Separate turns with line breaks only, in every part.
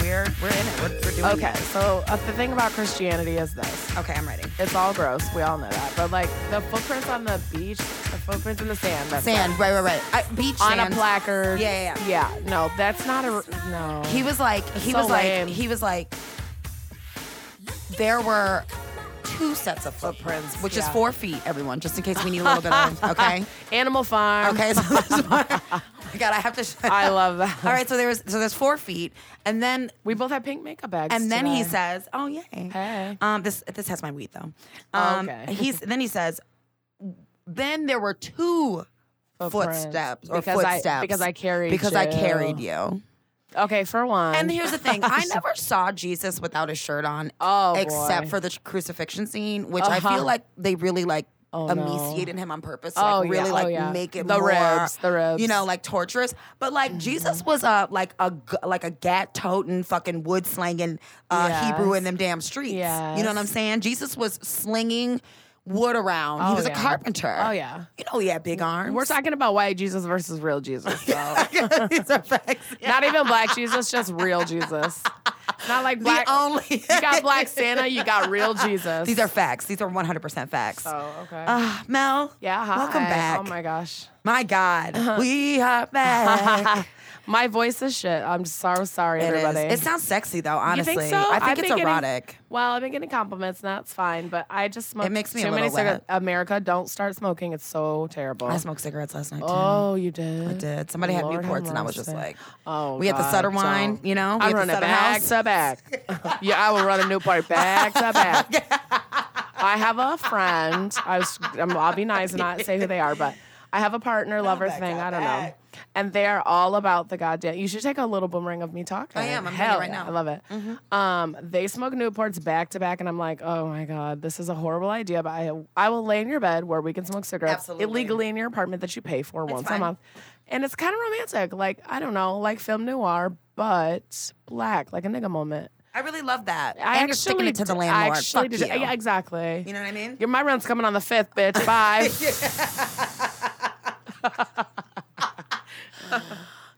We're in it. We're, we're doing
Okay,
this.
so uh, the thing about Christianity is this.
Okay, I'm ready.
It's all gross. We all know that. But like the footprints on the beach, the footprints in the sand, that's
Sand, right, right, right. I, beach
on
sand.
a placard.
Yeah, yeah,
yeah. no, that's not a no.
He was like, he
So
was like,
lame.
he was like, there were two sets of footprints, which is
yeah.
four feet, everyone, just in case we need a little bit of, okay?
Animal Farm.
Okay, so that's one. Oh my God, I have to. Shut
I
up.
love that.
All right, so there was, so there's four feet, and then,
We both have pink makeup bags.
and then he
today.
says, oh yay,
Hey. Oh,
um, this this has my weed though. Um,
Okay.
he's then he says, then there were two
Footprints.
footsteps or
Because I-
footsteps
because I carried
because I
you.
carried you.
Okay, for one.
And here's the thing: I never saw Jesus without a shirt on,
Oh,
except
boy.
for the crucifixion scene, which I
Uh-huh.
feel like they really like
Oh, no.
emaciated him on purpose, to,
Oh,
like
yeah.
really
Oh,
like
yeah.
make it
The
more,
ribs, the ribs. Mm-hmm.
you know, like torturous. But like Jesus was a like a g- like a gat toting fucking wood slanging uh,
Yes.
Hebrew in them damn streets. You know what I'm
Yes.
saying? Jesus was slinging wood around. he
Oh,
was a
yeah.
carpenter.
Oh, yeah.
you know he had big arms.
We're talking about white Jesus versus real Jesus. So.
These are facts.
Not even black Jesus, just real Jesus. Not like
The
black.
only
you got black Santa, you got real Jesus.
These are facts. These are 100% facts.
So, okay.
Ah, Mel.
yeah, hi.
Welcome back.
Oh my Uh-huh. gosh.
My God. we are back.
my voice is shit. I'm so sorry,
it, is.
everybody.
it sounds sexy though,
You
honestly.
think so?
I think
I've
it's
been getting-
erotic.
well, I've been getting compliments, and that's fine. But I just smoke.
makes me a
too many
little wet.
cigarettes. America, don't start smoking. It's so terrible.
I smoked cigarettes last night too.
oh, you did.
I did. Somebody
Lord
had
have
Newports and I was just
mercy.
like,
Oh,
we had the
God,
Sutter
so-
wine, you know? We
I
had the
run it
Sutter
back
House.
to back. yeah, I will run a new party back to back. I have a friend. I was, I'm, I'll be nice and not say who they are, but I have a partner lover
back
thing.
to
I don't know.
back.
And they are all about the goddamn. You should take a little boomerang of me talking.
I am. I'm doing it
Hell
right
yeah.
now. Mm-hmm.
I love it. Um, they smoke Newports back to back, and I'm like, oh my god, this is a horrible idea. But I, I will lay in your bed where we can smoke cigarettes
Absolutely.
illegally in your apartment that you pay for once
fine.
a month, and it's kind of romantic. Like I don't know, like film noir, but black, like a nigga moment.
I really love that.
I
and you're sticking it to the
d- I
landlord.
actually
Fuck
did-
you.
Yeah, exactly.
You know what I mean?
Your- my rent's coming on the fifth, bitch. Bye.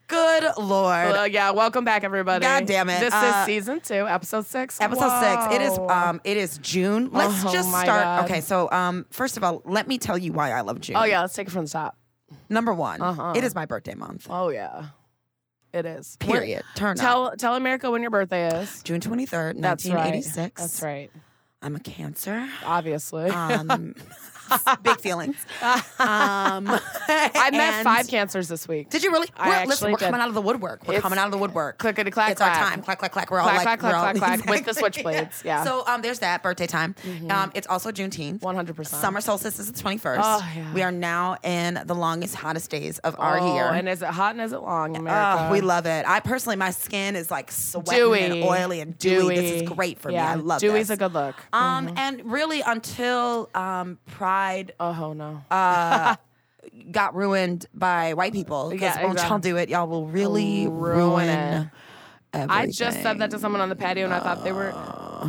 Good Lord.
Well, Uh, yeah, welcome back, everybody.
God damn it.
This
Uh,
is season two, episode six.
episode six it is
Whoa.
um it is june let's
Oh
just
my
start
God.
okay so um first of all let me tell you why i love june
oh yeah, let's take it from the top.
number one
Uh-huh.
it is my birthday month
Oh yeah, it is.
period turn up.
Tell tell America when your birthday is.
june 23rd
That's right.
1986
That's right.
i'm a cancer
Obviously,
um big feelings um
I met five cancers this week.
did you really?
I
We're, listen,
actually
we're
did.
coming out of the woodwork. We're
It's-
coming out of the woodwork.
clickety clack
It's our
clack.
time. Clack clack clack. We're all
Clack,
like,
clack,
we're all,
clack, clack, with the switchblades, yeah. Mm-hmm.
So um, there's that birthday time. Um, it's also Juneteenth.
100%.
Summer solstice is the 21st.
Oh, yeah.
We are now in the longest, hottest days of our
Oh,
year.
and is it hot and is it long, America?
Oh, we love it. I personally, my skin is like sweating
Dewy.
and oily and dewy. This is
Dewy.
great for
Yeah,
me. I love
dewy's
this.
a good look.
Um, and really until um Pride
Oh no.
uh, got ruined by white people. Because
Yeah,
won't y'all
exactly.
do it? Y'all will really
Ruin
ruin.
it. I just said
everything. Uh.
that to someone on the patio, and I thought they were.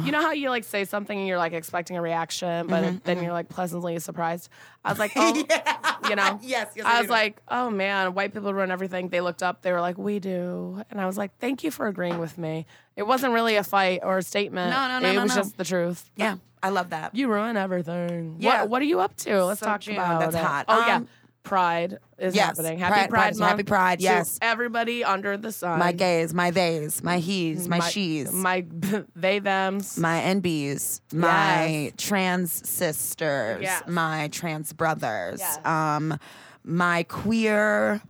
You know how you like say something and you're like expecting a reaction, but
Mm-hmm,
then you're like pleasantly surprised. I was like, oh, you know,
Yes, yes, I
I
do
was
know.
like, oh man, white people run everything. They looked up. They were like, we do, and I was like, thank you for agreeing with me. It wasn't really a fight or a statement.
No, no, no,
It
no,
was
no.
just the truth.
Yeah, I love that.
You ruin everything.
Yeah.
What, what are you up to? Let's
So
talk
June,
about
that's
it.
hot.
Oh yeah,
Um,
Pride is
yes,
happening. Happy
Pride-
Pride,
Pride is-
month.
happy Pride,
to
yes.
everybody under the sun.
my gays, my theys, my he's, my, she's, my,
my they them's.
NBs, my trans sisters,
Yes.
my trans brothers,
Yes.
um, my queer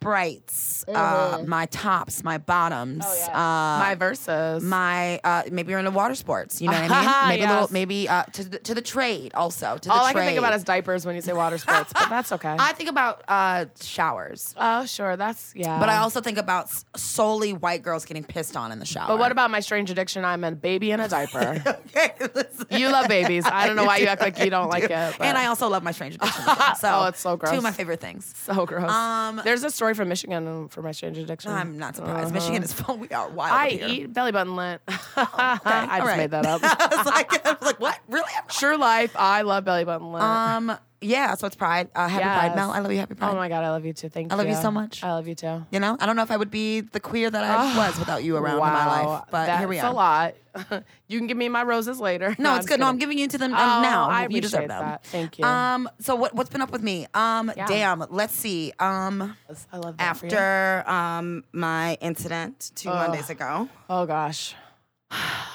sprites, uh,
Mm-hmm.
my tops, my bottoms,
yes.
uh,
my verses.
my uh, maybe you're into water sports. You know what I mean? Maybe a little,
Yes.
maybe uh, to the, to the trade also. To the
all I
trade.
can think about is diapers when you say water sports, but that's okay.
I think about uh, showers,
oh sure, that's yeah.
but I also think about s- solely white girls getting pissed on in the shower.
But what about my strange addiction? I'm a baby in a diaper.
okay, listen.
you love babies. I don't know why you act like you don't like it. but-
And I also love my Strange Addiction. as well. So
Oh, it's so gross.
Two of my favorite things.
so gross.
Um,
There's a story from Michigan um, for my strange addiction.
I'm not surprised. Michigan is full. We are wild.
Uh-huh. I
up here.
eat belly button lint. I
all
just
right.
made that up.
I was like, I was like, what? Really?
Sure life. I love belly button lint.
Um,
yeah, so it's Pride. Uh, happy Pride,
Yes.
Mel. I love you. Happy Pride.
Oh my God, I love you too. Thank you.
I love you so much.
I love you too.
you know, I don't know if I would be the queer that I was without you around in my life, but
that's
here we
a
are.
lot. you can give me my roses later.
No, it's good. No, I'm
just
giving you to them um,
kidding.
now.
Oh, I
you deserve
appreciate
them.
that. Thank you.
Um, so what what's been up with me? Um,
Yeah.
damn. Let's see. Um,
I love that for you.
After um, my incident two Mondays ago,
Oh gosh.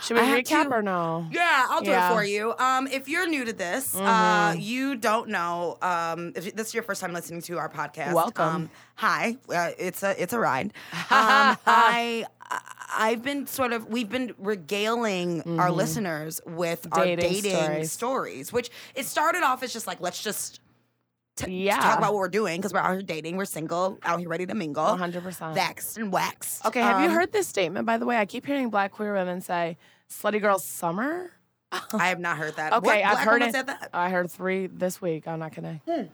Should we
I had
recap
to-
or no?
Yeah, I'll do
Yeah. Mm-hmm.
it for you. Um, if you're new to this, uh, you don't know. Um, if this is your first time listening to our podcast,
Welcome.
Um, hi, uh, it's a it's a ride. Um, I I've been sort of we've been regaling our listeners with our
Mm-hmm. Dating
dating
stories.
stories. which it started off as just like let's just
Yeah.
talk about what we're doing because we're out here dating, we're single, out here ready to mingle,
100%.
waxed and waxed.
Okay, have you
Um,
heard this statement by the way? I keep hearing black queer women say slutty girl summer.
I have not heard that.
Okay,
What
I've
black
heard
woman
it.
Said that? Hmm.
I heard 3 this week. I'm not going to.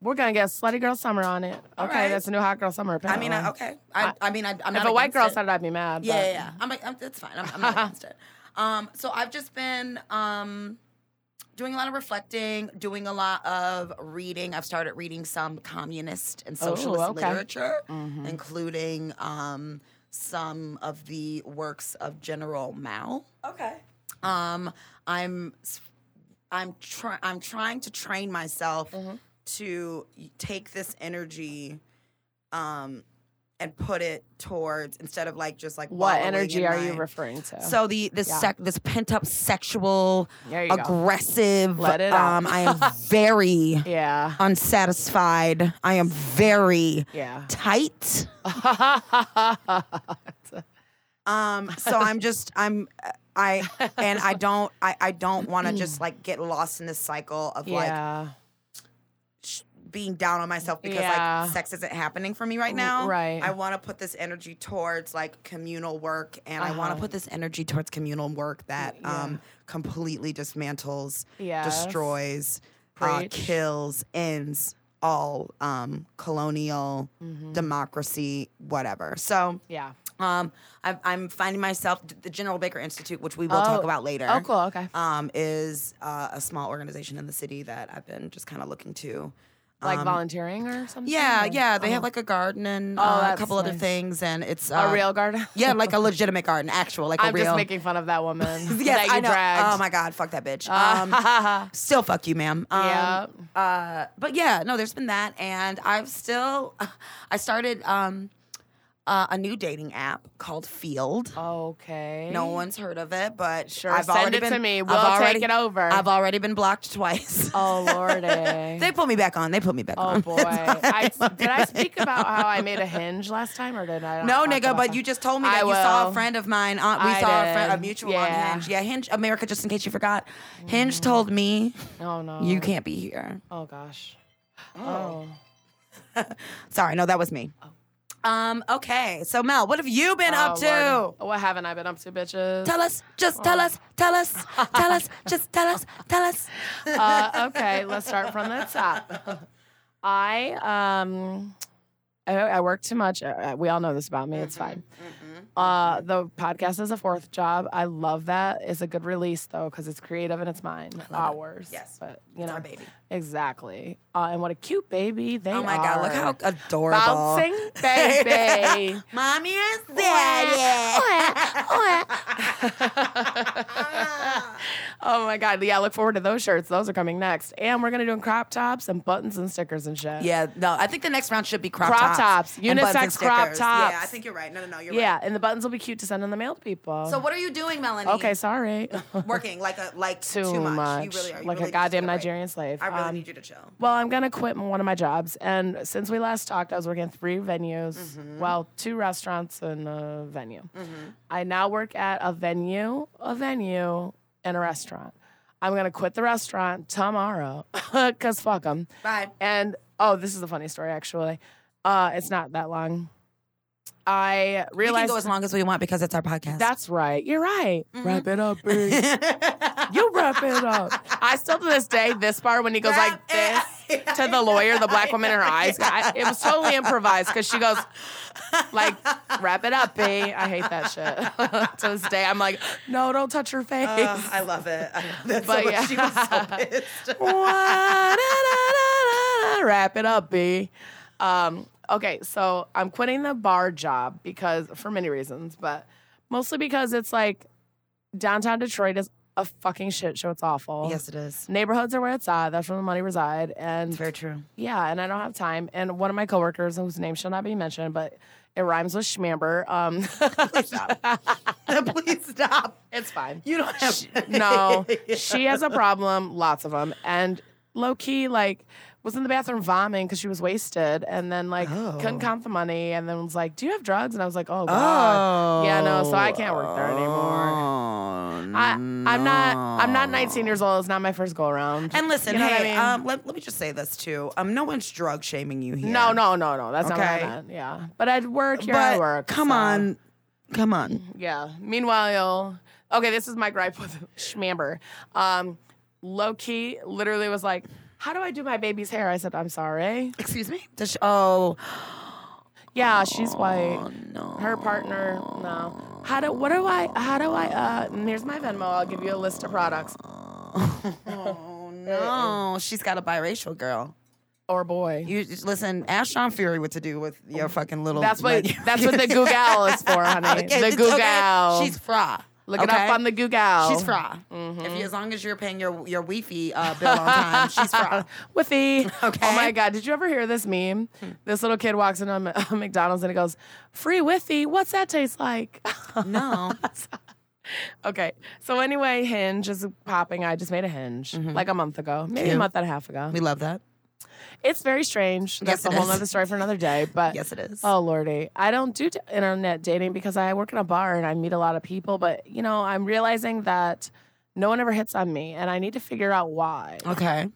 We're going to get slutty girl summer on it. Okay,
right.
that's a new hot girl summer
I
apparently.
mean, I, okay. I, I mean, I, I'm
Uh-huh. If
not
a white
against
girl
it.
said it, I'd be mad.
Yeah,
but-
yeah, yeah. I'm like, I'm, it's fine. I'm, I'm not against it. Um, so I've just been um, doing a lot of reflecting, doing a lot of reading. I've started reading some communist and socialist
Oh, okay. Mm-hmm.
literature, including um, some of the works of General Mao.
okay.
Um, I'm, s- I'm, try- I'm trying to train myself
Mm-hmm.
to y- take this energy, um, and put it towards instead of like just like
What
wallowing in
energy are you
my-
referring to?
so the this sec, this pent up sexual
There you go.
aggressive.
Let it out.
um, I am very
yeah.
unsatisfied. I am very
Yeah.
tight. Um, so I'm just I'm I and I don't I I don't want to just like get lost in this cycle of like
yeah.
sh- being down on myself because
Yeah.
like sex isn't happening for me right now.
right.
I want to put this energy towards like communal work, and I want
Uh-huh.
to put this energy towards communal work that um completely dismantles,
Yes.
destroys, uh,
Preach.
kills, ends all um colonial
Mm-hmm.
democracy, whatever. So.
yeah.
Um, I've, I'm finding myself the General Baker Institute, which we will talk
Oh.
about later.
Oh, cool. Okay.
Um, is uh, a small organization in the city that I've been just kind of looking to.
like volunteering or something?
Um, Yeah,
or-
yeah, they have like a garden and
Mm-hmm. Uh-huh. Oh,
uh, a
that's
couple other
nice.
things, and it's uh,
a real garden.
Yeah, like a legitimate garden, actual, like a
I'm
real.
just making fun of that woman.
Yes,
that you
I know.
Dragged.
Oh my God, fuck that bitch. Um, still fuck you, ma'am. Um,
Yeah.
Uh, but yeah, no, there's been that, and I've still, I started um, uh, a new dating app called Field.
Okay.
No one's heard of it, but
Sure,
I've
send
already
it to
been,
me.
I've
We'll take
already-
it over.
I've already been blocked twice.
Oh lordy.
they put me back on. They put me back
oh
on.
boy. I, did I speak about how I made a hinge last time, or did I? not
No,
talk
nigga,
about
but
that?
you just told me
I
that you saw
will.
a friend of mine. On, we
I
saw a, friend,
did.
a mutual
Yeah.
on Hinge. Yeah, Hinge America. Just in case you forgot, Hinge told me
Oh no.
you can't be here.
Oh gosh. Oh.
Sorry, no, that was me. Um. Okay, so Mel, what have you been up
Oh,
to?
Lord. Oh. What haven't I been up to, bitches?
Tell us. Just tell us. Tell us. Tell us. Just tell us. Tell us.
uh, okay, let's start from the top. I um, I, I work too much. Uh, We all know this about me. It's
Mm-hmm,
fine. Uh, the podcast is a fourth job. I love that. It's a good release though because it's creative and it's mine. Ours.
Yes.
but you know,
our baby.
Exactly. Uh, and what a cute baby they are.
Oh my God! Look how adorable.
bouncing baby.
Mommy is there.
oh my god! Yeah, look forward to those shirts. Those are coming next, and we're gonna do crop tops and buttons and stickers and shit.
Yeah, no, I think the next round should be crop,
Crop tops,
tops. and buttons
unisex
and
crop
stickers.
tops.
Yeah, I think you're right. No, no, no, you're
Yeah,
right.
and the buttons will be cute to send in the mail to people.
So what are you doing, Melanie?
okay, sorry.
working like a like too,
Too,
much.
much.
You really are. You really
like a
need to
goddamn
take break.
Nigerian slave.
I really
Um,
need you to chill.
Well, I'm gonna quit one of my jobs, and since we last talked, I was working at three venues,
Mm-hmm.
well, two restaurants and a venue. I now work at a venue, a venue, and a restaurant. I'm gonna quit the restaurant tomorrow, cause fuck them.
Bye.
And oh, this is a funny story actually. Uh, it's not that long. I
We can
realized
go as long as we want because it's our podcast.
that's right. You're right.
Mm-hmm.
Wrap it up, B. you wrap it up. I still to this day, this bar when he goes
Wrap
like this.
it
to the lawyer, the black woman in her eyes. I, it was totally improvised because she goes, like, wrap it up, B. I hate that shit. to this day, I'm like, no, don't touch her face.
Uh, I love it. I love that so
But
much.
yeah.
She was so pissed.
Wa-da-da-da-da-da, Wrap it up, B. Um, okay, so I'm quitting the bar job because for many reasons, but mostly because it's like downtown Detroit is a fucking shit show. It's awful.
it is.
Neighborhoods are where it's at. That's where the money reside. And
true.
yeah, and I don't have time. And one of my coworkers, whose name shall not be mentioned, but it rhymes with Schmamber. Um,
Please stop.
it's fine.
You don't have.
no, she has a problem, lots of them. And low key, like, was in the bathroom vomiting because she was wasted and then, like,
Oh.
couldn't count the money and then was like, Do you have drugs? And I was like, Oh, God. Yeah, no, so I can't work there anymore.
Oh,
I, I'm not. I'm not 19 years old. It's not my first go around.
And listen,
You know what
hey,
I mean?
um, let, let me just say this too. Um, no one's drug shaming you here.
no, no, no, no. That's not what
Okay.
I meant. Yeah, but I'd work here. I
but
work.
come
so.
on, come on.
Yeah. Meanwhile, okay, this is my gripe with Schmamber. Um, low key literally was like, How do I do my baby's hair? I said, I'm sorry.
Excuse me. Does she, oh
Yeah, she's white.
no.
Her partner, no. How do what do I how do I uh and here's my Venmo, I'll give you a list of products.
Oh no. She's got a biracial girl.
Or boy.
You just- listen. Ask Sean Fury what to do with your fucking little.
that's what that's what the Google is for, honey.
Okay,
the
it's
Google.
She's fra.
Look it
okay?
up Mm-hmm. on the Google.
She's fra. If you, as long as you're paying your your Wi-Fi uh, bill on time, she's fra.
Whiffy. Oh
Okay.
my God. Did you ever hear this meme? This little kid walks into a M- a McDonald's and he goes, Free Whiffy. What's that taste like?
No.
okay. So, anyway, Hinge is popping. I just made a Hinge like a month ago, maybe a
Mm-hmm. Cute.
month and a half ago.
we love that.
It's very strange. That's
Yes, it
a whole
is.
nother story for another day. But
Yes, it is.
Oh lordy, I don't do t- internet dating because I work in a bar and I meet a lot of people. But you know, I'm realizing that no one ever hits on me, and I need to figure out why.
Okay.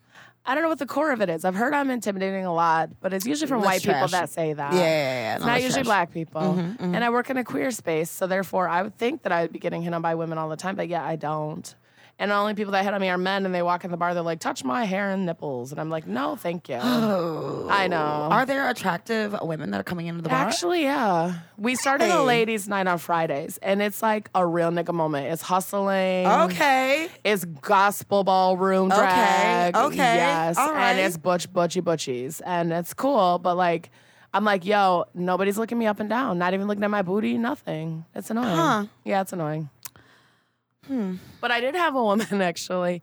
I don't know what the core of it is. I've heard I'm intimidating a lot, but it's usually from
That's
white people
trash.
that say that.
Yeah, Mm-hmm, yeah, yeah.
It's not usually black people. And I work in a queer space, so therefore I would think that I would be getting hit on by women all the time, but yeah, I don't. And the only people that hit on me are men, and they walk in the bar, they're like, touch my hair and nipples. And I'm like, no, thank you.
Oh.
I know.
Are there attractive women that are coming into the bar?
Actually, yeah. We started a
Hey.
ladies' night on Fridays, and it's like a real nigga moment. It's hustling.
okay.
It's gospel ballroom drag.
okay,
Yes.
all
And
right.
it's butch butchy butchies. And it's cool, but like I'm like, yo, nobody's looking me up and down, not even looking at my booty, nothing. It's annoying.
Huh. Hmm.
Yeah, it's annoying. But I did have a woman actually.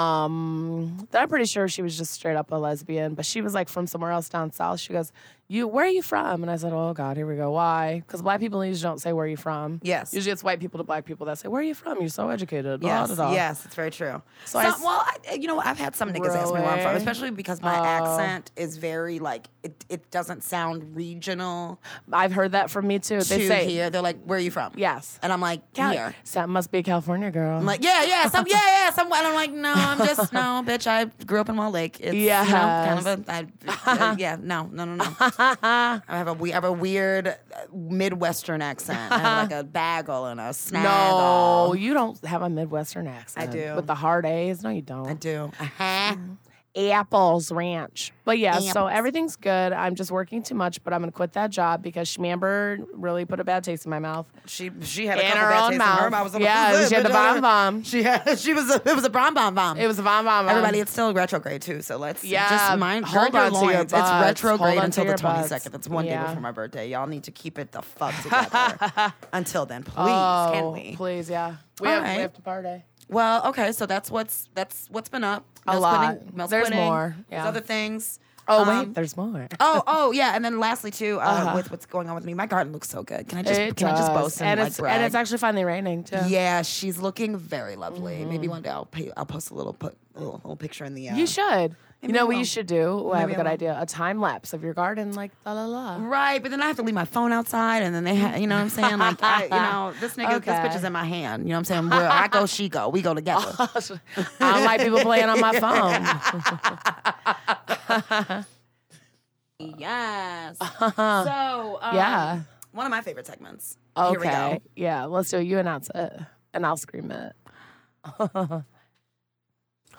Um, that I'm pretty sure she was just straight up a lesbian, but she was like from somewhere else down south. She goes, "You, where are you from?" And I said, "Oh God, here we go. Why? Because black people usually don't say where you from.
Yes.
usually it's white people to black people that say where are you from. You're so educated. blah,
Yes,
blah, blah."
yes, it's very true. So
I
I,
s-
well, I, eh, you know, what, I've had some niggas ask me where I'm from,
Really? Oh.
especially because my accent is very like it, it doesn't sound regional
I've heard that from me too. They
to
say
here. They're like, "Where are you from?"
yes.
and I'm like,
Cali-
"Here."
So that must be a California girl.
I'm like, "Yeah, yeah, some, yeah, yeah." Some, and I'm like, "No, I'm just no, bitch. I grew up in Wall Lake. It's yeah,
Yes.
kind of a, I, uh, yeah, no, no, no, no. I have a we I have a weird uh, Midwestern accent. I have like a bagel and a snaggle.
no, you don't have a Midwestern accent.
I do.
With the hard A's. No, you don't.
I do. Uh-huh.
Mm-hmm. Apples Ranch. But yeah, so
Apples.
everything's good. I'm just working too much, but I'm going to quit that job because Schmamber really put a bad taste in my mouth.
She she had a
In
couple
her
bad
own
tastes in her
mouth.
mouth. I was like,
Yeah, she had the bomb bomb.
She had she was a, it was a bomb bomb bomb.
It was a bomb bomb. bomb.
Everybody, it's still retrograde too. So let's
Yeah,
just mind
hold
gird your
on to your
loins.
butts.
It's
Hold
retrograde
on to
until the
your butts.
twenty second. It's one
Yeah.
day before my birthday. Y'all need to keep it the fuck together. until then, please,
oh,
can we?
Please, yeah. We,
All
have,
right.
we have to party.
Well, okay. So that's what's that's what's been up.
A
Mel's
lot.
quitting- Mel's
There's
quitting.
more, yeah.
There's other things.
Oh,
Um,
wait, there's more.
Oh, oh, yeah, and then lastly too, uh, with what's going on with me, my garden looks so good. Can I just
It
can I just
does.
boast and,
and
like,
it's
brag?
and it's actually finally raining too.
Yeah, Mm-hmm. she's looking very lovely. Maybe one day I'll pay, I'll post a little put a little, little picture in the. Uh,
You should. you
Maybe
know
I
what you
will.
should do? Oh, I have a
Maybe I
good
will.
idea. A time lapse of your garden, like la la la.
Right, but then I have to leave my phone outside, and then they, ha- you know, what I'm saying, like, I, you know, this nigga, this
Okay.
bitch is in my hand. You know, what I'm saying, where I go, she go, we go together.
I don't like people playing on my phone.
yes. so um,
Yeah.
one of my favorite segments. Here we go.
Okay. Yeah, let's do it. You announce it, and I'll scream it.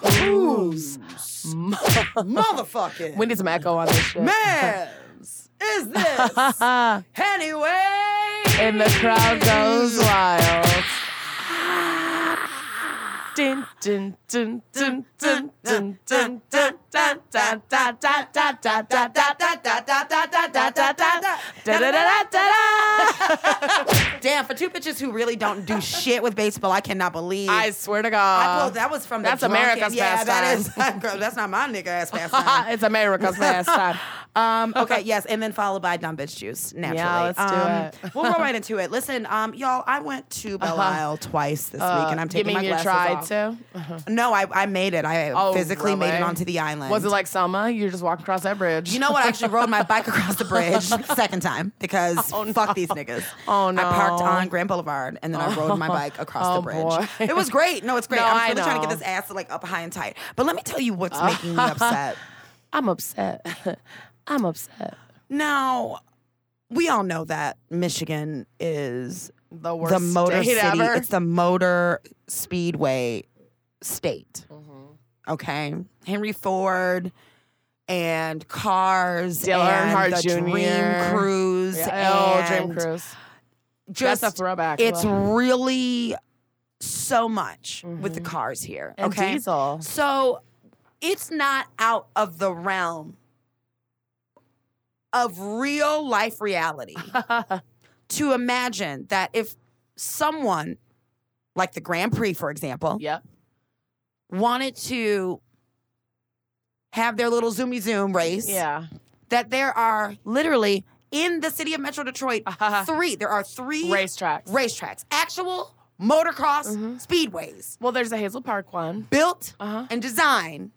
Who's
we
motherfucking
need some echo on this shit.
man's is this? anyway,
and the crowd goes wild. Dun, dun, dun, dun, dun, dun, dun, dun, dun, dun, dun, dun, dun, dun, dun, dun, dun. Da-da-da-da-da-da.
Damn, for two bitches who really don't do shit with baseball, I cannot believe.
I swear to
I pulled-
God.
that was from the
Uh, that's
drunken-
America's
yeah, that is
pastime.
girl, that's not my nigga ass pastime.
it's America's last time.
um, okay, yes, and then followed by dumb bitch juice. Naturally,
let's do
um,
it. Uh-huh.
we'll go right into it. Listen, um, y'all, I went to Belle Isle twice this week, and I'm
Uh, you
taking
mean
my
you
glasses
tried
off.
to?
No, I, I made it. I
Oh,
physically made it
really?
onto the island.
Was it like Selma? You just walked across that bridge.
You know what? I actually rode my bike across the bridge second time because fuck these niggas.
Oh,
I parked
no.
on Grand Boulevard and then I rode my bike across
Oh,
the bridge.
boy.
It was great. No, it's great.
No,
I'm
I
really trying to
know. Uh.
get this ass like up high and tight. But let me tell you what's making me upset.
I'm upset. I'm upset.
Now, we all know that Michigan is
The worst
the motor
date
city.
ever.
It's the motor speedway state. Okay, Henry Ford. And cars,
Dale
and the
Earnhardt Jr..
Dream Cruise,
Yeah. Oh, Dream
and
Cruise.
Just
That's a throwback.
It's
Love
really so much with the cars here.
Mm-hmm. And
okay.
Diesel.
So it's not out of the realm of real life reality to imagine that if someone, like the Grand Prix, for example,
Yep.
wanted to have their little zoomy zoom race,
Yeah.
that there are literally in the city of Metro Detroit
Uh-huh.
three. There are three
Racetracks.
racetracks, actual motocross speedways
well, there's a Hazel Park one.
built
Mm-hmm. Uh-huh.
and designed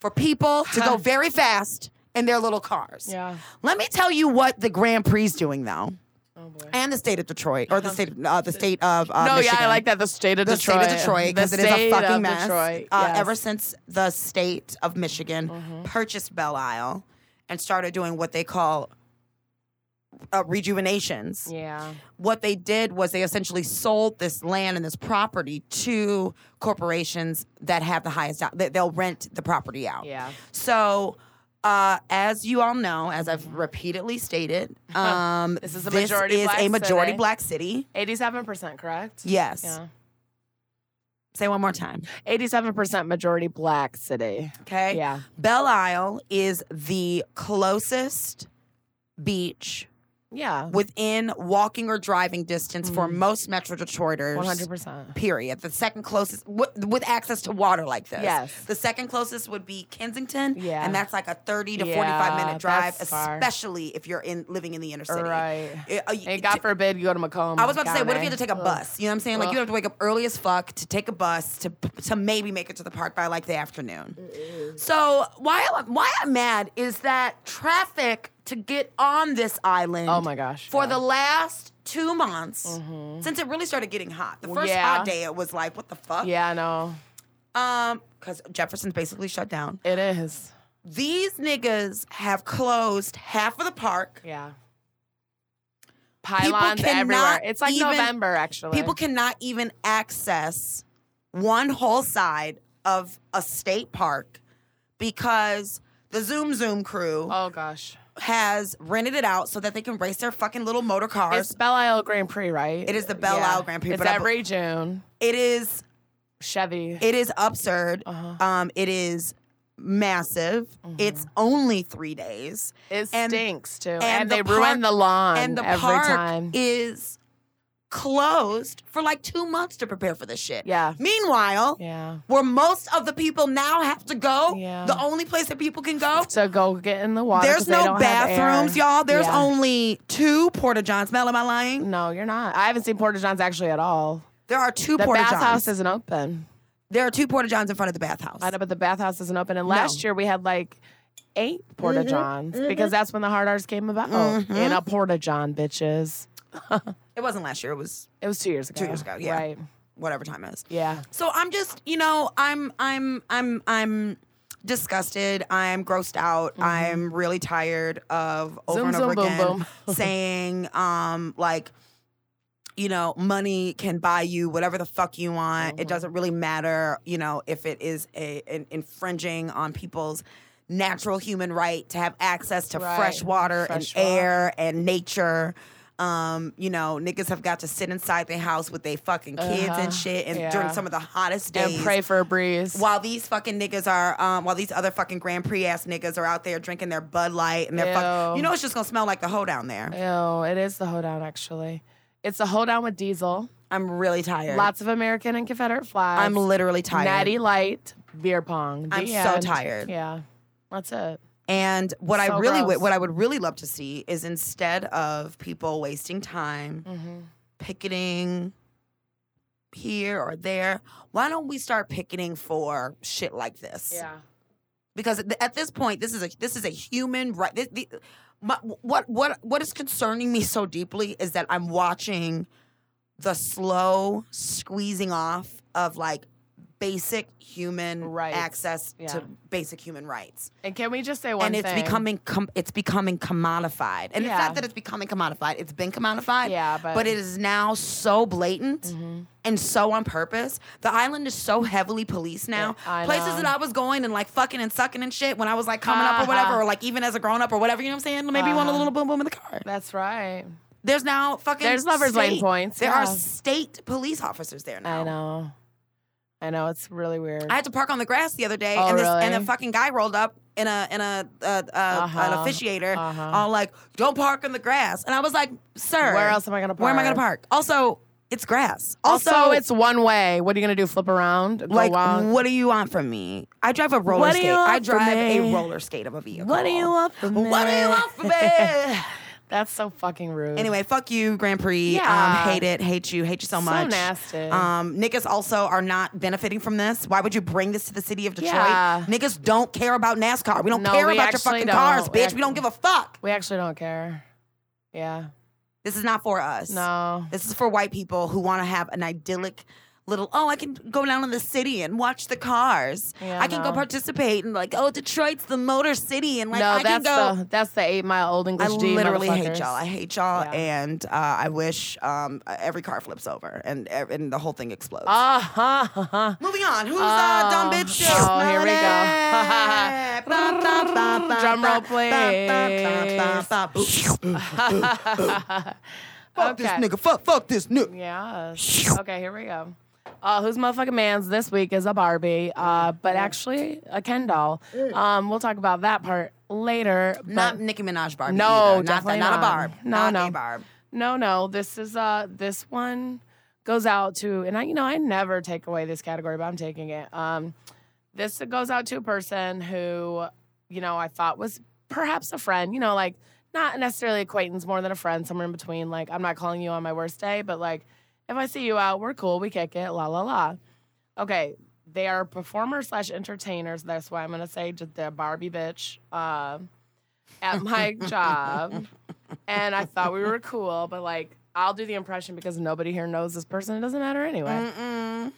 for people to go very fast in their little cars.
Yeah.
Let me tell you what the Grand Prix is doing though,
Oh boy.
and the state of Detroit or the state of, uh, the state of uh,
Uh-huh. no, yeah, I
Michigan.
like that. The state of
The
Detroit.
state of Detroit
The
because it is
state
a
of
fucking mess.
Detroit,
Uh,
yes. Mm-hmm.
Ever since the state of Michigan purchased Belle Isle and started doing what they call uh, rejuvenations,
Yeah.
what they did was they essentially sold this land and this property to corporations that have the highest that they'll rent the property out.
Yeah.
So, uh, as you all know, as I've repeatedly stated, um,
This is a majority
is
black
a majority
city.
black city.
Eighty-seven percent, correct?
Yes.
Yeah.
Say one more time.
Eighty-seven percent majority black city.
Okay.
Yeah.
Belle Isle is the closest beach
Yeah.
within walking or driving distance for most Metro Detroiters.
Mm. One hundred percent.
period. The second closest with, with access to water like this.
Yes.
The second closest would be Kensington.
Yeah.
And that's like a 30 to
Yeah,
45 minute drive,
that's far.
especially if you're in living in the inner city.
Right.
It- uh, you-
And God forbid you go to Macomb.
I was about to say, what if you
County.
had to take a
Ugh.
bus? You know what I'm saying? Like, you have to wake up early as fuck to take a bus to to maybe make it to the park by like the afternoon. So why I'm- why I'm mad is that traffic to get on this island.
Oh my gosh,
For
yeah. Mm-hmm.
the last two months, since it really started getting hot, the first
yeah.
hot day it was like, what the fuck?
Yeah, no,
Um, because Jefferson's basically shut down.
it is.
These niggas have closed half of the park.
Yeah. Pylons
cannot
everywhere. It's like
even-
November, actually.
People cannot even access one whole side of a state park because the Zoom Zoom crew
Oh gosh.
has rented it out so that they can race their fucking little motor
It's
cars.
Belle Isle Grand Prix, right?
It is the Belle Isle Grand Prix,
It's
but I bel-
every June.
It is
Chevy.
it is absurd.
Uh-huh.
Um, it is massive.
Mm-hmm.
It's only three days.
it
and-
stinks too, and,
and the
they ruin
park-
the lawn
and the
every
park
time.
is closed for like two months to prepare for this shit.
Yeah.
Meanwhile,
yeah.
where most of the people now have to go,
Yeah.
the only place that people can go.
So go get in the water. 'cause
There's
they
no
don't have
bathrooms,
air.
y'all. There's
Yeah.
only two porta johns. Mel, am I lying?
No, you're not. I haven't seen Porta Johns actually at all.
There are two
The
porta
bathhouse
johns.
isn't open.
There are two porta johns in front of the bathhouse.
I know, but the bathhouse isn't open. And last year we had like eight porta
Mm-hmm.
johns because that's when the hard arts came about. In a porta john, bitches.
It wasn't last year. It was
It was two years ago. Two
years ago, yeah.
Right.
whatever time it is.
Yeah.
So I'm just, you know, I'm, I'm, I'm, I'm disgusted. I'm grossed out. I'm really tired of over
Mm-hmm. Zoom,
and over
zoom, boom,
again
boom.
saying, um, like, you know, money can buy you whatever the fuck you want.
Mm-hmm.
It doesn't really matter, you know, if it is a an infringing on people's natural human right to have access to
Right.
fresh water
Fresh
and
water.
air and nature. Um, you know, niggas have got to sit inside their house with their fucking kids
Uh-huh.
and shit, and
Yeah.
during some of the hottest days,
and pray for a breeze.
while these fucking niggas are, um, while these other fucking Grand Prix ass niggas are out there drinking their Bud Light and their fuck,
Ew.
you know, it's just gonna smell like the hoe down there.
Ew, it is the hoedown actually. It's a hoedown with diesel,
I'm really tired.
lots of American and Confederate flags.
Er. I'm literally tired.
Natty Light, beer pong. The
I'm so
end.
tired.
Yeah, that's it.
And what I
So
really
gross.
would, what I would really love to see is instead of people wasting time picketing here or there, why don't we start picketing for shit like this?
Yeah.
Because th- at this point, this is a this is a human right. This, the, my, what what what is concerning me so deeply is that I'm watching the slow squeezing off of like basic human
Rights.
access
Yeah.
to basic human rights
And can we just say one
and it's
thing?
becoming com- it's becoming commodified. And it's
Yeah.
not that it's becoming commodified; it's been commodified.
Yeah, but-
it is now so blatant
Mm-hmm.
and so on purpose. The island is so heavily policed now.
Yeah, I
Places
know.
that I was going and like fucking and sucking and shit when I was like coming up or whatever,
Uh-huh.
or like even as a grown up or whatever. You know what I'm saying? Maybe you want a little boom boom in the car.
That's right.
There's now fucking
There's lovers' lane
state-
points,
There
yeah.
are state police officers there now.
I know. I know. It's really weird.
I had to park on the grass the other day,
Oh,
and this and
really?
a fucking guy rolled up in a in a uh, uh, an
Uh-huh,
officiator,
uh-huh.
all like, "Don't park in the grass," and I was like, "Sir,
Where else am I gonna
Where am I
park?"
gonna park? Also, it's grass. Also,
also, it's one way. What are you gonna do? Flip around? Go
like,
on?
what do you want from me? I drive a roller
What do
skate.
you
I
want from
drive a
me?
roller skate of a vehicle.
What do you want from
What do
me?
you want from me?
That's so fucking rude.
Anyway, fuck you, Grand Prix.
Yeah.
Um, hate it. Hate you. Hate you so
So
much.
nasty.
Um, niggas also are not benefiting from this. Why would you bring this to the city of Detroit?
Yeah.
Niggas don't care about NASCAR. We don't
No,
care
we
about your
actually
fucking
don't.
cars,
We
bitch. We don't give a fuck.
we actually don't care. Yeah.
This is not for us.
No.
This is for white people who want to have an idyllic little, oh, I can go down in the city and watch the cars.
Yeah,
I can go
no.
participate and like, oh, Detroit's the motor city. And like,
no,
I
that's
can go.
the that's the eight mile old English
I
G
literally hate
motherfuckers.
y'all. I hate y'all,
Yeah.
and uh, I wish um, every car flips over and and the whole thing explodes.
Uh-huh.
Moving on. Who's uh, dumb bitch?
Uh, oh, here we go.
go.
Drum roll, please.
fuck this
Okay.
nigga. Fuck, fuck this nigga.
Yes. Okay, here we go. Uh, whose motherfucking man's this week is a Barbie, uh, but actually a Ken doll. Um, we'll talk about that part later. but-
Mm. Not Nicki Minaj Barb.
No,
either.
definitely
not, that- not
not.
a Barb.
No,
not
no.
a Barb.
no, no. This is uh, this one goes out to, and I, you know, I never take away this category, but I'm taking it. Um, this goes out to a person who, you know, I thought was perhaps a friend. You know, like not necessarily acquaintance, more than a friend, somewhere in between. Like I'm not calling you on my worst day, but like if I see you out, we're cool, we kick it, la la la. Okay, they are performers slash entertainers. That's why I'm gonna say just the Barbie bitch uh, at my job, and I thought we were cool, but like I'll do the impression because nobody here knows this person. It doesn't matter anyway.
Mm-mm.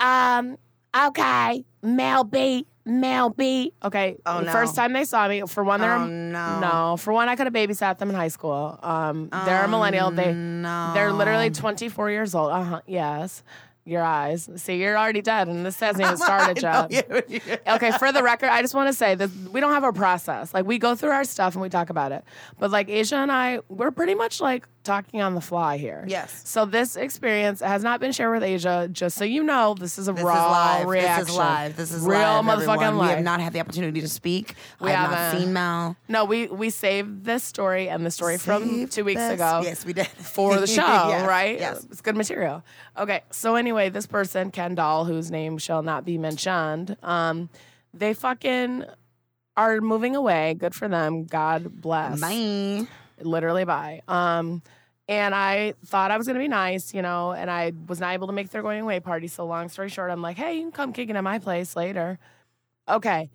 Um. Okay, Mel B, Mel B. Okay.
Oh,
the
no.
First time they saw me, for one, they're
Oh, no. Oh,
no. For one, I could have babysat them in high school. Um, they're a millennial. They
No.
they're literally 24 years old. Uh huh. Yes. Your eyes. See, you're already dead, and this hasn't even started
I know
yet.
you.
Okay, for the record, I just want to say that we don't have a process. Like, we go through our stuff and we talk about it. But, like, Asia and I, we're pretty much like talking on the fly here.
Yes.
So, this experience has not been shared with Asia. Just so you know, this is a
This is
raw
live.
reaction.
This is live. This is
real
live,
motherfucking
everyone.
live.
We have not had the opportunity to speak.
We
I have
haven't.
not seen Mel.
no, we, we saved this story and the story from
Save
two weeks
this.
ago.
Yes, we did.
for the show,
Yes,
right?
Yes.
It's good material. Okay. So anyway, this person, Ken Doll, whose name shall not be mentioned, um, they fucking are moving away. Good for them. God bless.
Bye.
Literally bye. Um, and I thought I was gonna be nice, you know, and I was not able to make their going away party. So long story short, I'm like, hey, you can come kicking at my place later. Okay.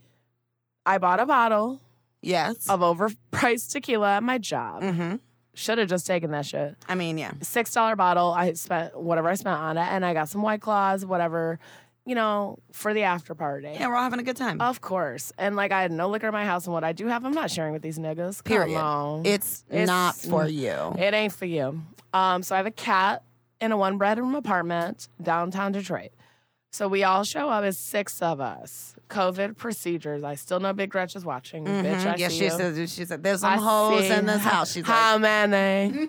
I bought a bottle
Yes.
of overpriced tequila at my job.
hmm
Should have just taken that shit
I mean, yeah.
six dollar bottle. I spent whatever I spent on it, and I got some white claws, whatever, you know, for the after party.
Yeah, we're all having a good time.
Of course, and like I had no liquor in my house, and what I do have, I'm not sharing with these niggas. Come
Period.
on.
it's,
It's- Mm-hmm.
not for you.
it ain't for you. Um, so I have a cat in a one bedroom apartment downtown Detroit. So we all show up as six of us. COVID procedures. I still know Big Gretch is watching. Bitch,
Mm-hmm.
I
Mm-hmm. yeah,
see
she
you.
said, she said, there's
I
some hoes
see.
in this house. She's like,
How many?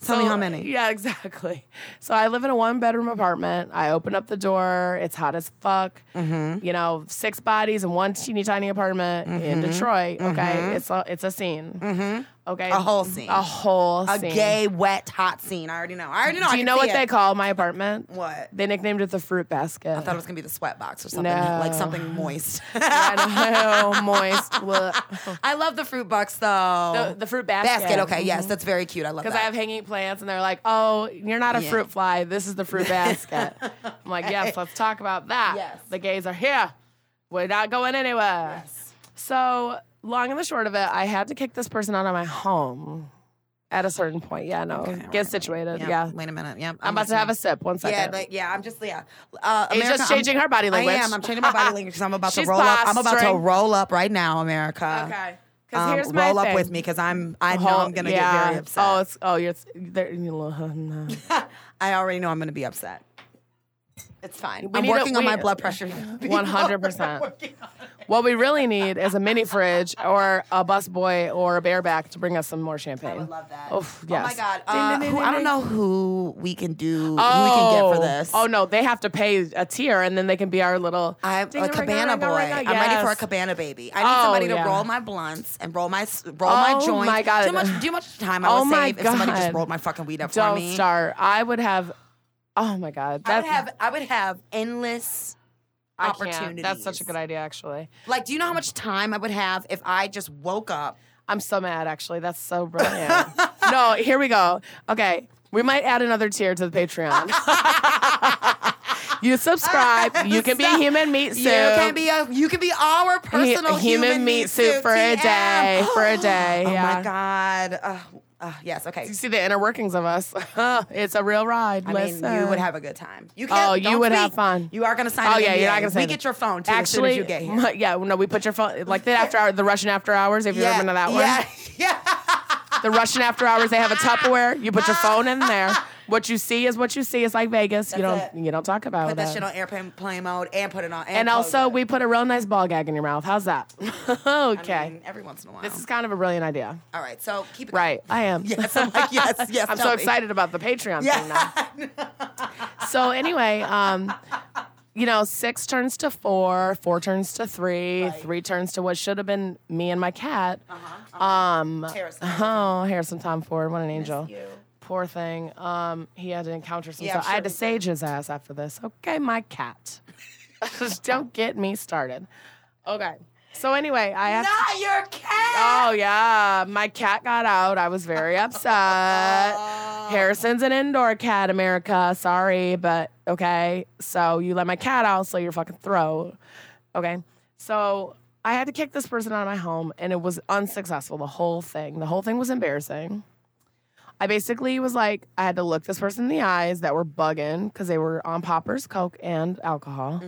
tell me
So-
how many.
Yeah, exactly. So I live in a one bedroom apartment. I open up the door. It's hot as fuck.
Mm-hmm.
You know, six bodies in one teeny tiny apartment in
Mm-hmm.
Detroit. Okay, it's a it's a scene. Okay,
A whole scene.
a whole
A
scene.
gay, wet, hot scene. I already know. I already know. I
Do you
can
know
see
what
it.
they call my apartment?
What?
They nicknamed it the fruit basket.
I thought it was gonna be the sweat box or something
No.
like something moist.
I know, moist. bleh.
I love the fruit box though.
The, the fruit basket.
Oh. basket. Okay, yes, that's very cute. I love
Because
that.
I have hanging plants, and they're like, "Oh, you're not a
Yeah.
fruit fly. This is the fruit basket." I'm like, "Yes, let's talk about that."
Yes.
The gays are here. We're not going anywhere. So, long and the short of it, I had to kick this person out of my home at a certain point. Yeah, no, get situated.
Yeah.
Yeah,
Wait a minute. Yeah.
I'm about to have a sip. One second.
Yeah, like, yeah, I'm just yeah. Uh,
He's
America,
just changing her body
I'm, I
language.
am. I'm changing my body language. 'cause I'm about to
She's
roll up. I'm about to
posturing.
roll up right now, America.
Okay. Because
Um,
here's my
roll up
thing.
with me because I'm. I know
Whole-
I'm gonna
yeah.
get very upset.
Oh, it's oh, you're there. You, uh,
I already know I'm gonna be upset. It's fine.
We
I'm
need a-
working on
we-
my blood pressure.
100%. What we really need is a mini fridge or a busboy or a bareback to bring us some more champagne.
I would love that.
Oh,
Oh my
yes.
god.
Ding,
Uh,
ding,
who,
ding,
I don't
ding.
know who we can do. who we
Oh,
can get for this.
Oh no, they have to pay a tier and then they can be our little
I'm
Ding,
a
ring,
cabana
ring,
boy.
ring, ring, ring.
I'm ready for a
Yes.
cabana baby. I need
Oh,
somebody to
yeah.
roll my blunts and roll my s- roll
Oh,
my joints.
my God.
Too much too much time I
Oh,
would
my
save if somebody just
God.
rolled my fucking weed up
Don't
for me.
start. I would have Oh my god.
I
That
would have I would have endless
I can't.
opportunities.
That's such a good idea actually.
Like, do you know how much time I would have if I just woke up?
I'm so mad actually. That's so brilliant. no, here we go. Okay. We might add another tier to the Patreon. you subscribe. You can be
Stop.
human meat soup.
You can be a you can be our
He-
personal
human, meat soup, for a
TM.
day. For a day.
Oh
yeah.
my god. Uh, uh, yes. Okay.
You see the inner workings of us. it's a real ride.
I mean,
Listen.
you would have a good time. You can't.
Oh, you
don't
would
speak.
have fun.
You are gonna sign.
Oh
an
yeah, you're
NDA.
not gonna say
We
anything.
get your phone too
Actually,
as soon as you get here.
Yeah, no, we put your phone like the after hour, the Russian after hours. If you remember that one,
Yeah, yeah.
the Russian after hours, they have a Tupperware. You put your phone in there. What you see is what you see. It's like Vegas. you don't
That's it.
you don't talk about
Put
it.
that shit on airplane play mode and put it on.
and
close
also,
it.
we put a real nice ball gag in your mouth. How's that? okay,
I mean, every once in a while.
this is kind of a brilliant idea.
All right, so keep it
Right, I am.
Yes, I'm like yes, yes.
I'm
tell
so
me.
excited about the Patreon
Yeah.
thing now. so anyway, um, you know, six turns to four, four turns to three, three turns to what should have been me and my cat.
Uh-huh,
Um,
Harrison,
oh, Harrison Tom Ford, what an angel.
you.
Poor thing. Um, he had to encounter some
Yeah,
stuff.
I'm
I had to
sure
sage his ass after this. Okay, my cat. Just don't get me started. Okay. So anyway, I have to-
Not your cat.
Oh yeah, my cat got out. I was very upset. Harrison's an indoor cat, America. Sorry, but okay. So you let my cat out, so your fucking throat. Okay. So I had to kick this person out of my home, and it was unsuccessful. The whole thing. The whole thing was embarrassing. I basically was like, I had to look this person in the eyes that were bugging because they were on poppers, coke, and alcohol,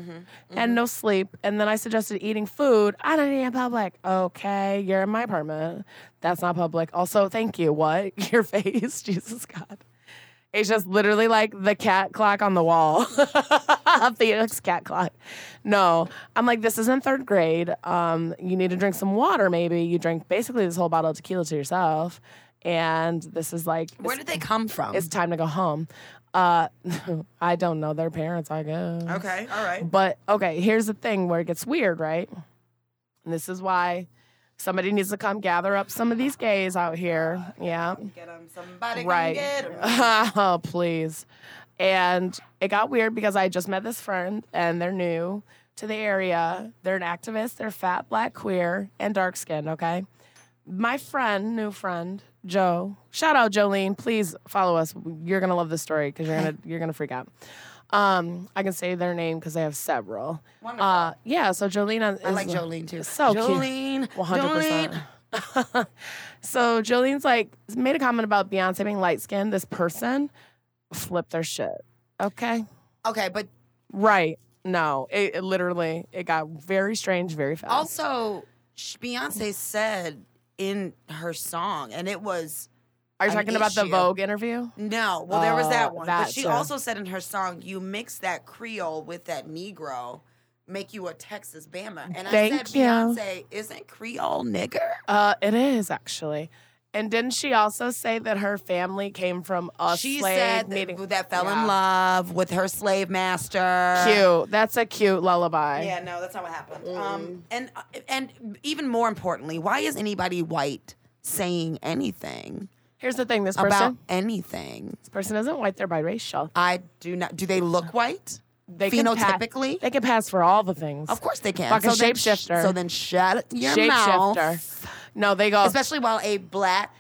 and no sleep. And then I suggested eating food. I don't eat in public. Okay, you're in my apartment. That's not public. Also, thank you. What? Your face? Jesus God. It's just literally like the cat clock on the wall. Phoenix cat clock. No, I'm like, this isn't third grade. Um, you need to drink some water, maybe. You drink basically this whole bottle of tequila to yourself. And this is like,
Where
it's,
did they come from?
it's time to go home. Uh, I don't know their parents, I guess.
okay, all right.
But okay, here's the thing where it gets weird, right? And this is why somebody needs to come gather up some of these gays out here. Yeah.
Get him. Somebody can
Right.
get 'em.
oh, please. And it got weird because I just met this friend and they're new to the area. They're an activist, they're fat, black, queer, and dark skinned, okay? My friend, new friend, Joe. Shout out Jolene. Please follow us. You're gonna love this story because you're gonna you're gonna freak out. Um, I can say their name because they have several.
Wonderful.
Uh, yeah, so Jolene on- is
I like Jolene too.
so cute.
Jolene,
One hundred percent. So Jolene's like made a comment about Beyonce being light skinned. This person flipped their shit. Okay.
Jolene. Okay, but
Right. No. It, it literally it got very strange very fast.
Also, sh- Beyonce said in her song, and it was
Are you
an
talking about the
issue.
Vogue interview?
No, well, there was
Uh,
that one.
that,
but she
so-
also said in her song, "You mix that Creole with that Negro, make you a Texas Bama." And I
Thank
said,
you.
"Beyonce isn't Creole nigger."
Uh, it is actually. And didn't she also say that her family came from a
she
slave
said
meeting?
that, that fell
Yeah.
in love with her slave master.
Cute. Mm. That's a cute lullaby.
Yeah, no, that's not what happened. Um, and and even more importantly, why is anybody white saying anything
Here's the thing: this person,
about anything?
this person isn't white. They're biracial.
I do not. Do they look white?
They can pa-
phenotypically.
they can pass for all the things.
Of course they can.
Fucking
so then sh-
shapeshifter.
So then shut your mouth.
Shapeshifter. No, they go.
especially while a black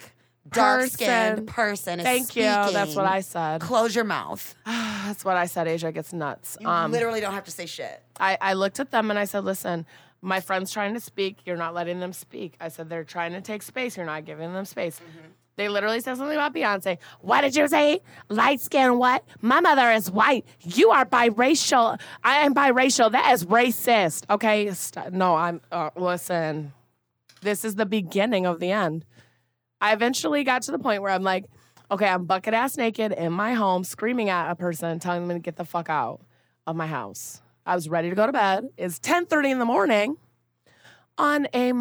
dark skinned person is
Thank you.
speaking.
That's what I said.
Close your mouth.
That's what I said. Asia gets nuts.
You
Um,
literally don't have to say shit.
I, I looked at them and I said, listen, my friend's trying to speak. You're not letting them speak. I said, they're trying to take space. You're not giving them space. They literally said something about Beyonce. What did you say? Light skin, what? My mother is white. You are biracial. I am biracial. That is racist. Okay. st- No, I'm, uh, listen, this is the beginning of the end. I eventually got to the point where I'm like, okay, I'm bucket ass naked in my home, screaming at a person, telling them to get the fuck out of my house. I was ready to go to bed. It's 10:30 in the morning on a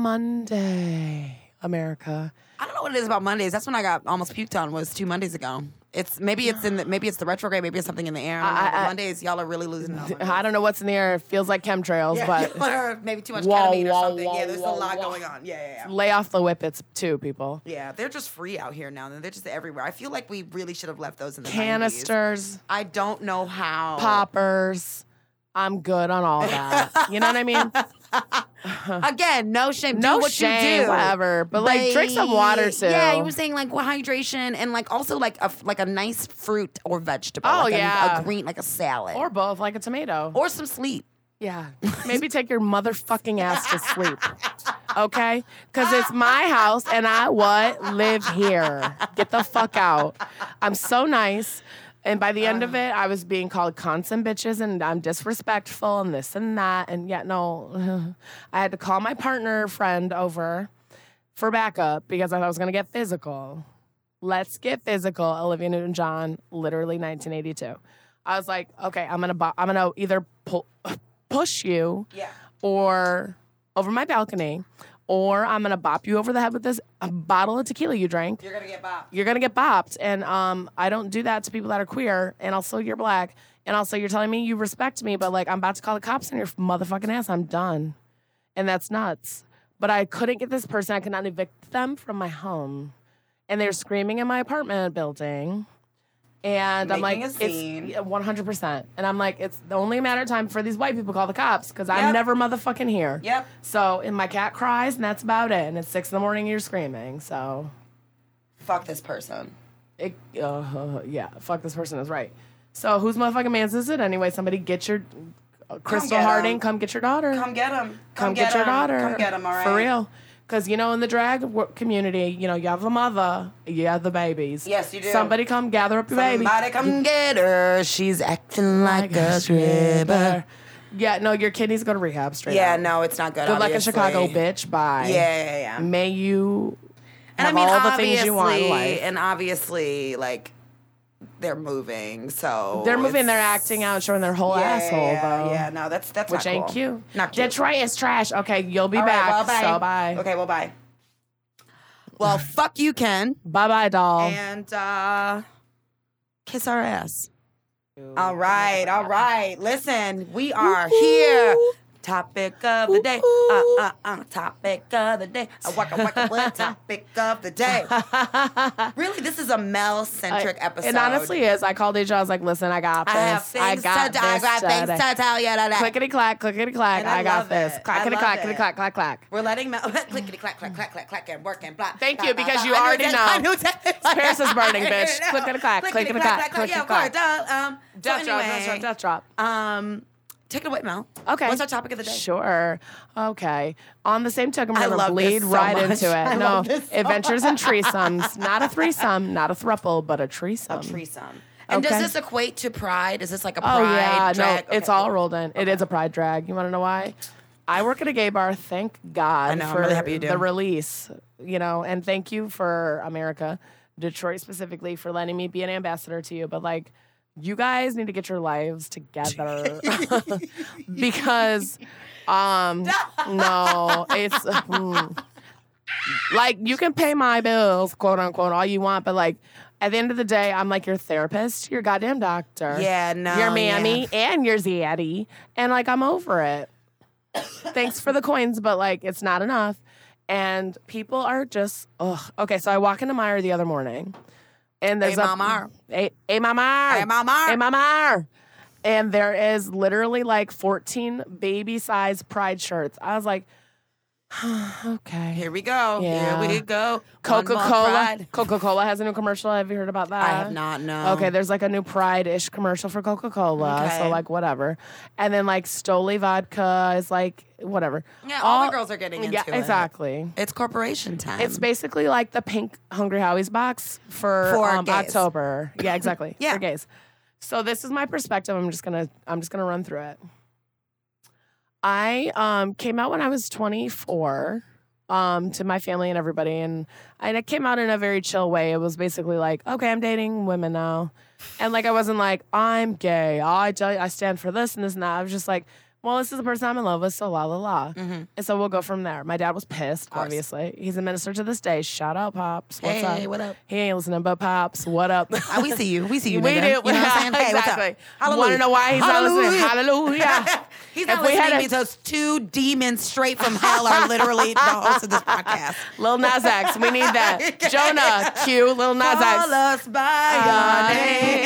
Monday, America.
I don't know what it is about Mondays. That's when I got almost puked on was two Mondays ago. It's maybe it's in the, maybe it's the retrograde, maybe it's something in the air. I don't know,
I-
but
I-
Mondays, y'all are really losing. it on Mondays.
I don't know what's in the air. It feels like chemtrails,
Yeah,
but
y'all are maybe too much
Whoa,
ketamine
whoa,
or something.
whoa,
yeah, there's
whoa,
a lot
whoa.
going on. Yeah, yeah, yeah.
lay off the whippets too, people.
Yeah, they're just free out here now. They're just everywhere. I feel like we really should have left those in the 90s.
Canisters,
I don't know how.
poppers. I'm good on all that. you know what I mean?
Again, no shame.
No
do what
shame,
you do.
whatever. But, like, drink some water, too.
Yeah, you were saying like well, hydration and like also like a like a nice fruit or vegetable.
Oh,
like a- a,
yeah.
green like a salad
Or both, like a tomato.
Or some sleep.
Yeah. Maybe take your motherfucking ass to sleep. Okay? Because it's my house and I what? Live here. Get the fuck out. I'm so nice. And by the end of it, I was being called constant bitches and I'm disrespectful and this and that. And yet, no, I had to call my partner friend over for backup because I thought I was going to get physical. Let's get physical. Olivia Newton John, literally 1982. I was like, okay, I'm gonna, bo- I'm gonna either pull, push you,
Yeah.
or over my balcony, or I'm gonna bop you over the head with this uh, bottle of tequila you drank
You're gonna get bopped.
you're gonna get bopped. And um, I don't do that to people that are queer, and also you're black, and also you're telling me you respect me, but like I'm about to call the cops on your motherfucking ass. I'm done, and that's nuts. But I couldn't get this person. I could not evict them from my home, and they're screaming in my apartment building. And I'm
Making
like,
a scene.
it's 100. percent And I'm like, it's only a matter of time for these white people to call the cops because I'm
Yep.
never motherfucking here.
Yep.
So and my cat cries, and that's about it. And it's six in the morning, and you're screaming. So
Fuck this person.
it, uh, yeah, fuck this person is right. So whose motherfucking man's is it anyway? Somebody get your uh, Crystal
get 'em.
Harding, come get your daughter.
Come get him.
Come get, your
'em.
daughter.
Come get him. All right.
for real. Because you know, in the drag wo- community, you know, you have a mother, you have the babies.
Yes, you do.
Somebody come gather up your baby.
Somebody come get her. She's acting like a stripper.
Stripper. Yeah, no, your kidneys go to rehab straight.
Yeah,
up.
no, it's not good.
Good luck in
obviously.
Chicago, bitch. Bye.
Yeah, yeah, yeah.
May you
and I
have
mean,
all the
obviously,
things you want in life.
and obviously, like they're moving, so
They're moving,
it's-
they're acting out, showing their whole
yeah,
asshole,
yeah,
though.
Yeah, no, that's that's
which
not
ain't
cool.
cute.
Not cute.
Detroit is trash. Okay, you'll be
All right,
back.
well, bye.
So bye.
Okay, well, bye. Well, fuck you, Ken,
Bye bye, doll.
and uh, kiss our ass. All right, all right. Listen, we are here. Topic of the day. Uh, uh, uh, topic of the day. Uh, waka, waka, what? Topic of the day. Really, this is a Mel centric episode.
It honestly is. I called Asia. I was like, listen, I got this.
I have things
I got
to,
this.
I got things
today.
to tell you today.
clickety clack, clickety clack.
And I
I, got
love
this.
it. I
Clickety
love
clack, clickety
it.
clack, clack, clack.
We're letting Mel clickety clack clack clack clack clack and work and blah.
Thank
blah,
you,
blah,
because
blah.
you
I knew
already
that-
know.
I knew that-
Paris is burning,
I
bitch.
know.
Clickety clack, clickety clack,
Yeah, of course.
clickety
Duh. Um, so
Death drop,
anyway,
death drop, death drop.
Um, take it away, Mel.
Okay.
What's our topic of the day?
Sure. Okay. On the same token,
I
we're gonna
love this
bleed
so
right
much.
into it.
I
no,
love this so
adventures and threesomes. Not a threesome, not a thruple, but a threesome.
Threesome. And
Okay.
does this equate to pride? Is this like a
Oh
pride?
yeah,
drag?
no, it's
Okay,
all
cool.
rolled in. It is a pride drag. You want to know why? I work at a gay bar. Thank God
know, I'm
for
really happy you do.
the release, you know, and thank you for America Detroit specifically for letting me be an ambassador to you, but like you guys need to get your lives together because um no, it's mm. like you can pay my bills, quote unquote, all you want, but like at the end of the day, I'm like your therapist, your goddamn doctor,
Yeah, no.
your
yeah.
mammy, and your zaddy, and like I'm over it. Thanks for the coins, but like it's not enough. And people are just ugh. Okay, so I walk into Meyer the other morning, and there's
Hey,
a
Mama.
Hey, hey, Mama.
Hey, Mama.
Hey, Mama. And there is literally like 14 baby size pride shirts. I was like, okay.
Here we go.
Yeah.
Here we go. One more
Coca Cola.
pride.
Coca Cola has a new commercial. Have you heard about that?
I have not known.
Okay, there's like a new Pride ish commercial for Coca Cola. So,
Um, Okay.
like, whatever. And then, like, Stoli Vodka is like, whatever.
Yeah, all the girls are getting into
yeah,
it.
exactly.
It's corporation time.
It's basically like the pink Hungry Howie's box for,
For
um,
gays.
October. Yeah, exactly.
Yeah.
For gays. So this is my perspective. I'm just gonna I'm just gonna run through it. I um, came out when I was 24 um, to my family and everybody, and and I came out in a very chill way. It was basically like, okay, I'm dating women now, and like I wasn't like I'm gay. I do- I stand for this and this and that. I was just like, well, this is the person I'm in love with, so la la la,
Mm-hmm.
and so we'll go from there. My dad was pissed, obviously. He's a minister to this day. Shout out, pops. What's
Hey,
up?
what up?
He ain't listening, but pops. What up?
Ah, we see you. We see you.
We
nigga.
do.
You know what I'm saying? Hey, what's up?
exactly.
Hallelujah.
Want to know why he's not listening?
Hallelujah.
Hallelujah.
He's
If
not
we
listening
had a-
because two demons straight from hell are literally the hosts of this podcast.
Lil Nas X, we need that. Jonah, Q, Lil Nas X.
Call us
Uh,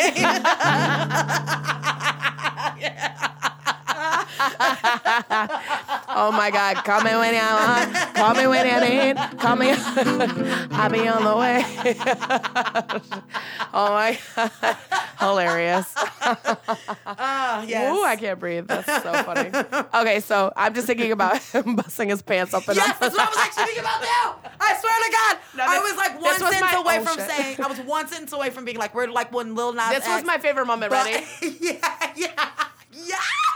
by your name.
oh my God! Call me when you want. Call me when you need. Call me. I'll be on the way. oh my God! Hilarious.
Oh, yes.
Ooh, I can't breathe. That's so funny. Okay, so I'm just thinking about him busting his pants up and
Yes,
up.
that's what I was actually thinking about now. I swear to God,
No,
I
this-
was like
this
one
was
sentence
my-
away
oh,
from
shit.
saying I was one sentence away from being like we're like one little Nas.
This was
X,
my favorite moment.
but-
Ready?
yeah, yeah, yeah.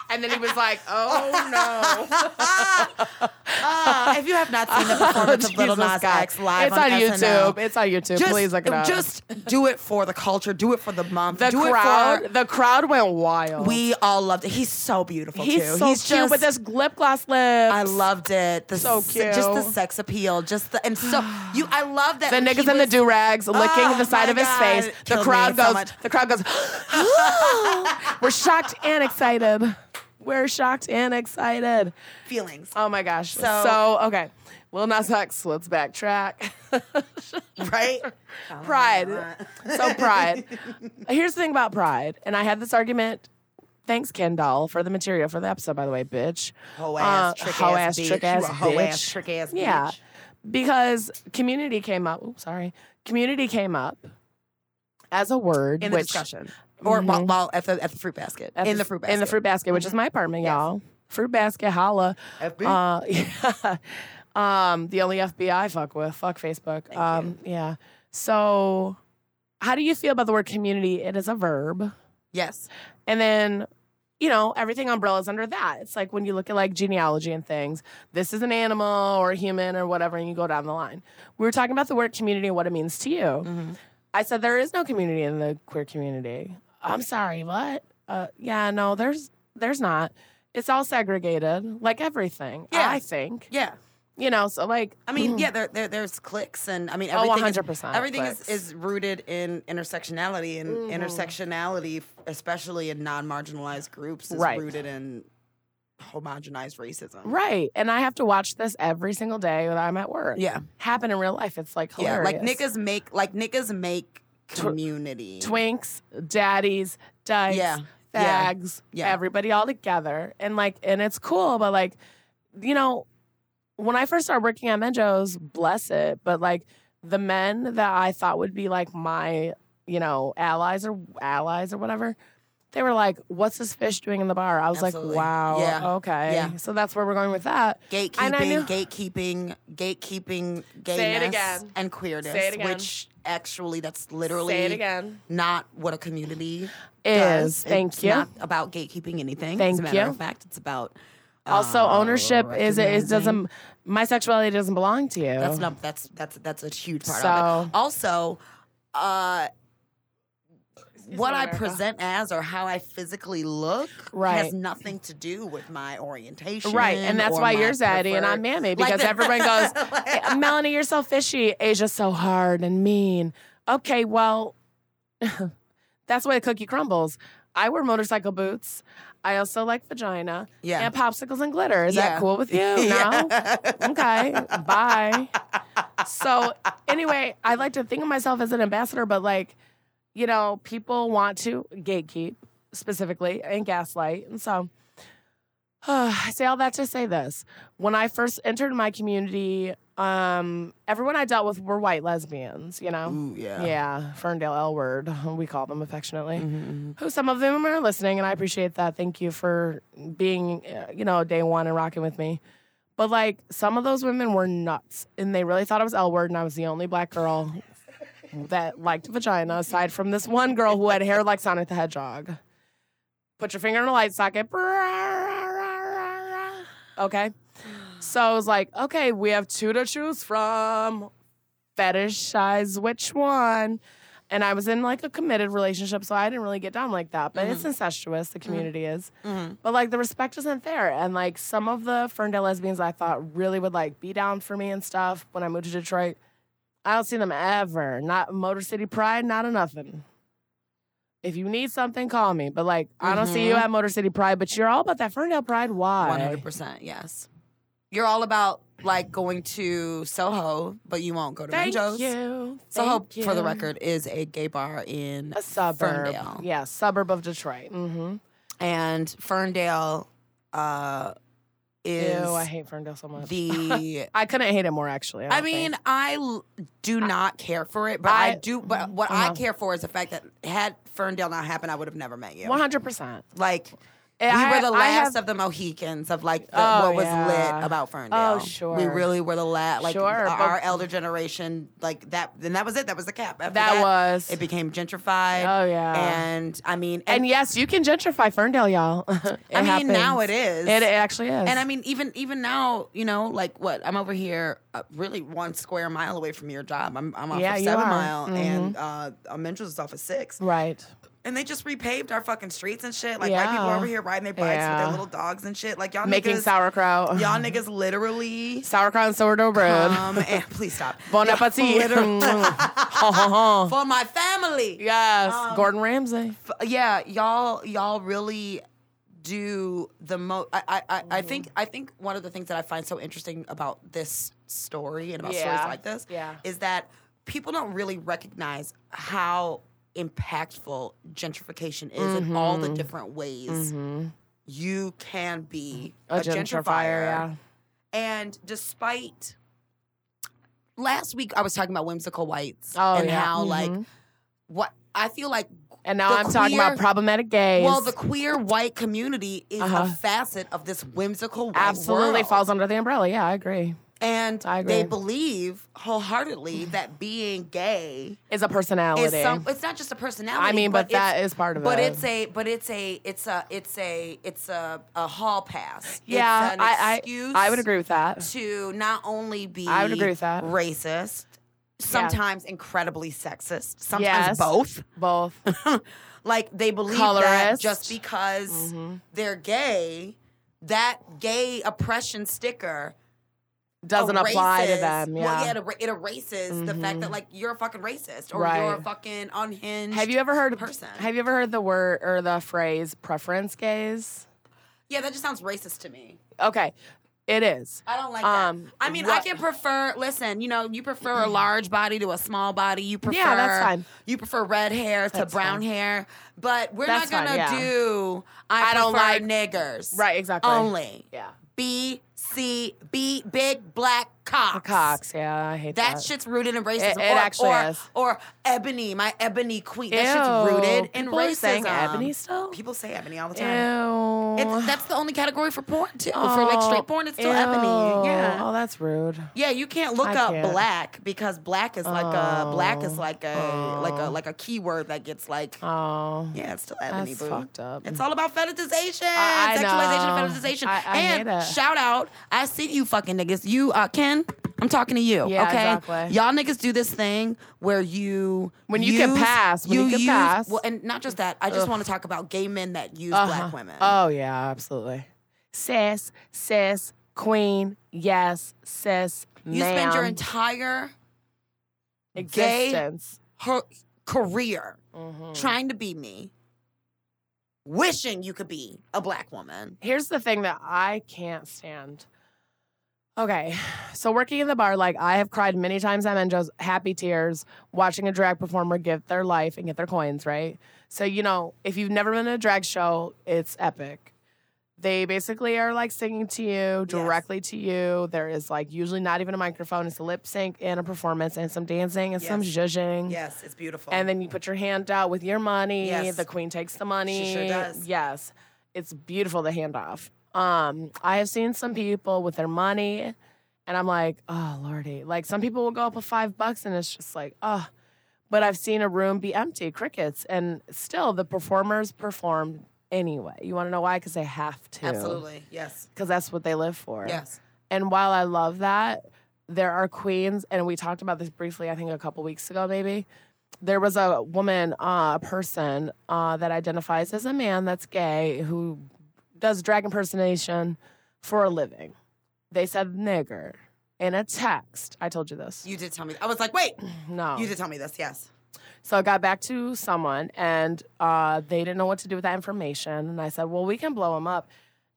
And then he was like, "Oh no."
Uh, if you have not seen the performance of Little
Oh, Jesus
Nas
God.
X live
it's on,
SNL,
YouTube. It's on YouTube.
Just,
Please look it up.
just do it for the culture. Do it for the month.
the
do
crowd.
It
the crowd went wild.
for, we all loved it. He's so beautiful
he's
too.
so
he's
cute
just
with this lip gloss lips.
I loved it. The
So
se- Just the
cute.
sex appeal. Just the and so you. I love that
the
he
niggas in the
was-
do rags licking
Oh,
the side
my
of his
God.
face. The
Killed me
crowd
so
goes.
much.
the crowd goes. We're shocked and excited. We're shocked and excited.
feelings.
Oh my gosh. So,
So-
okay. Lil Nas X, let's backtrack.
right?
pride. so pride. Here's the thing about pride, and I had this argument. Thanks, Ken Doll, for the material for the episode, by the way, bitch. Uh,
Hoe ass, trick
hoe
ass bitch.
trick
You
ass
a hoe
bitch.
ass, trick ass
Yeah,
bitch.
because community came up. Oops, sorry, community came up as a word
In the
which- Mm-hmm.
discussion. Or while, while at the at the fruit basket.
at
in the fruit basket. Mm-hmm.
in the fruit basket, which is my apartment, y'all. Fruit basket, holla.
FB.
Uh, um, the only FBI I fuck with. Fuck Facebook. um, yeah. So, how do you feel about the word community? It is a verb,
Yes.
and then. You know, everything umbrella is under that. It's like when you look at like genealogy and things, this is an animal or a human or whatever, and you go down the line. We were talking about the word community and what it means to you.
Mm-hmm.
I said there is no community in the queer community. I'm sorry, what? Uh, yeah, no, there's there's not. It's all segregated, like everything.
Yeah.
I think
Yeah.
you know. So like,
I mean, yeah, there, there there's clicks and I mean
Mm-hmm. Oh,
everything. is-
100%
Everything is,
clicks.
is rooted in intersectionality and intersectionality, especially in non marginalized groups, is
Right.
rooted in homogenized racism.
right? And I have to watch this every single day when I'm at work.
Yeah.
happen in real life. It's like
Yeah.
hilarious.
Like niggas make like niggas make community.
twinks, daddies, dykes,
Yeah, yeah,
fags,
yeah.
everybody all together. And like, and it's cool, but like, you know, when I first started working at Menjo's, bless it, but like the men that I thought would be like my, you know, allies or allies or whatever, they were like, what's this fish doing in the bar? I was
Absolutely.
like, wow,
Yeah,
okay.
yeah.
So that's where we're going with that. And I
gatekeeping,
knew-
gatekeeping, gatekeeping, gayness,
Say it again.
and queerness,
Say it again.
which actually that's literally
Say it again.
not what a community does.
Is. Thank
it's
you.
Not about gatekeeping anything.
Thank
As a matter
you.
of fact, it's about
Also,
Oh,
uh,
ownership is it, it
recognizing-
doesn't, my sexuality doesn't belong to you.
That's not that's that's that's a huge part
So-
of it. Also,
uh, what
me,
I
America.
present as or how I physically look
Right.
has nothing to do with my orientation.
Right, and that's
or
why
my
you're zaddy and I'm
preferred-
mammy
Like
because
the-
everyone goes,
Like-
"Eh, Melanie, you're so fishy. Asia's so hard and mean. Okay, well, that's why the cookie crumbles. I wear motorcycle boots. I also like vagina
Yeah.
and popsicles and glitter. Is
Yeah.
that cool with you? No.
Yeah.
okay, bye. So anyway, I like to think of myself as an ambassador, but like, you know, people want to gatekeep specifically and gaslight, and so I say all that to say this: when I first entered my community, um, everyone I dealt with were white lesbians. You know,
Ooh, yeah. Mm-hmm,
yeah, Ferndale L word, we call them affectionately. Who some of them are listening, and I appreciate that. Thank you for being, uh, you know, day one and rocking with me. But like, some of those women were nuts, and they really thought I was L word, and I was the only black girl that liked vagina, aside from this one girl who had hair like Sonic the Hedgehog. Put your finger in a light socket. Okay. So I was like, okay, we have two to choose from fetishize which one. And I was in like a committed relationship, so I didn't really get down like that. But
Mm-hmm.
it's incestuous, the community is. But like the respect isn't there. And like some of the Ferndale lesbians I thought really would like be down for me and stuff when I moved to Detroit, I don't see them ever. Not Motor City Pride, not a nothing. If you need something, call me. But like, I don't see you at Motor City Pride, but you're all about that Ferndale Pride.
Mm-hmm. One
Why?
hundred percent, yes. You're all about like going to Soho, but you won't go to
Thank
Minjo's.
you.
Soho,
Thank
for the
you.
record, is a gay bar in
a suburb.
Ferndale.
Yeah, suburb of Detroit. Mm-hmm.
and Ferndale uh, is
Ew, I hate Ferndale so much.
the.
I couldn't hate it more, actually.
I
don't
mean,
think.
I l- do not care for it, but I, mm,
I-
do. But what I
Uh-huh.
care for is the fact that had Ferndale not happened, I would have never met you.
100%.
Like
We
we were the last of the Mohicans of like the,
Oh,
what was lit
yeah.
about Ferndale.
Oh, sure.
we really were the last. Like
Sure,
our,
but-
our elder generation, like that. Then that was it. That was the cap. After
That was-
it became gentrified.
Oh, yeah.
and I mean,
And yes, you can gentrify Ferndale, y'all. It
I mean now it
happens.
is.
It, it actually is.
And I mean, even even now, you know, like what I'm over here, uh, really one square mile away from your job. I'm I'm off
Yeah,
of
you
seven
are. Mm-hmm.
mile, and uh, uh, Mendra's is off of six,
right.
and they just repaved our fucking streets and shit. Like white people
Yeah.
over here riding their bikes with
Yeah.
their little dogs and shit. Like y'all
Making
niggas,
sauerkraut.
y'all niggas literally.
sauerkraut and sourdough bread.
Um, and please stop.
bon
Y'all
appetit.
literally- Um,
Ha, ha, ha.
for my family.
yes,
Um,
Gordon Ramsay.
F- yeah, y'all y'all really do the most. I, I I I think I think one of the things that I find so interesting about this story and about
Yeah.
stories like this
Yeah.
is that people don't really recognize how impactful gentrification is in all the different ways
Mm. mm-hmm.
you can be a, gentrifier.
yeah.
And despite last week, I was talking about whimsical whites
Oh,
and
yeah.
how like what I feel like
And now
the
I'm talking about
queer-
problematic gays.
well, the queer white community is a
Uh-huh.
facet of this whimsical white
absolutely
world.
falls under the umbrella. Yeah, I agree.
and
I
they
agree.
believe wholeheartedly that being gay
It's a personality.
is some. It's not just a personality.
I mean, but,
it's-
that is part of
But
it.
it's a, but it's a, it's a, it's a, it's a, a hall pass.
yeah,
it's an
I,
excuse
I I would agree with that.
to not only be
I would agree with that.
racist, sometimes incredibly sexist,
Yes.
sometimes both.
Both.
Like they believe that
Colorist. Mm-hmm.
just because they're gay, that gay oppression sticker
Doesn't apply to
erases-
them. Yeah. Mm-hmm.
Well, yeah, it, er- it erases the fact that like you're a fucking racist or you're a
Right.
fucking unhinged.
have you ever heard
person?
Have you ever heard the word or the phrase preference gays?
Yeah, that just sounds racist to me.
Okay, it is.
I don't like
Um,
that. I mean,
what- Mm-hmm.
I can prefer. Listen, you know, you prefer a large body to a small body. You prefer.
Yeah, that's fine.
You prefer red hair
That's
to brown
fine.
hair, but we're
That's
not
fine, yeah.
gonna do. I,
I don't
prefer
like-
niggers.
Right, exactly.
Only.
Yeah.
B C B big black cocks.
Cox. Yeah, I hate
That
that.
shit's rooted in racism.
Uh, It- it actually
or,
is.
Or ebony, my ebony queen.
Ew,
That shit's rooted in
people
racism.
Are saying ebony still?
People say ebony all the
Ew.
time. It's, that's the only category for porn too. for like straight porn, it's still
Oh, Ew.
ebony. Yeah.
Oh, that's rude.
Yeah, you can't look
I
up
can't.
black because black is like a black is
Oh.
like a like a like a keyword that gets like
Oh.
yeah, it's still
That's
ebony. boo.
fucked up. Mm.
It's all about fetishization,
I- I
sexualization,
know.
fetishization.
I- I
and
hate it.
shout out, I see you fucking niggas. You uh Ken,
I'm talking to you.
Yeah,
okay.
exactly.
Y'all niggas do this thing where you
When you can
use-
pass, when you can
use-
pass.
Well, and not just that. I just want to talk about gay men that use black
Uh-huh.
women.
Oh yeah, absolutely. Sis, sis, queen, yes, sis,
you spend your entire gay-
existence.
her career
Mhm.
trying to be me, wishing you could be a black woman.
Here's the thing that I can't stand. Okay, so working in the bar, like I have cried many times at Menjo's, happy tears, watching a drag performer give their life and get their coins, right? So, you know, if you've never been to a drag show, it's epic. They basically are like singing to you, directly to you. There is like usually not even a microphone, it's a lip sync and a performance and some dancing and some
Yes.
zhuzhing.
Yes, it's beautiful.
And then you put your hand out with your money.
Yes.
The queen takes the money.
She sure does.
Yes. It's beautiful, the handoff. Um, I have seen some people with their money, and I'm like, oh, Lordy. Like, some people will go up with five bucks, and it's just like, oh. But I've seen a room be empty, crickets. And still, the performers perform anyway. You want to know why? Because they have to.
absolutely, yes,
Because that's what they live for.
yes.
And while I love that, there are queens, and we talked about this briefly, I think a couple weeks ago, maybe. There was a woman, uh, a person uh, that identifies as a man that's gay who does drag impersonation for a living. They said nigger in a text. I told you this.
You did tell me. I was like, wait,
no.
you did tell me this. Yes.
So I got back to someone and uh, they didn't know what to do with that information. And I said, well, we can blow him up.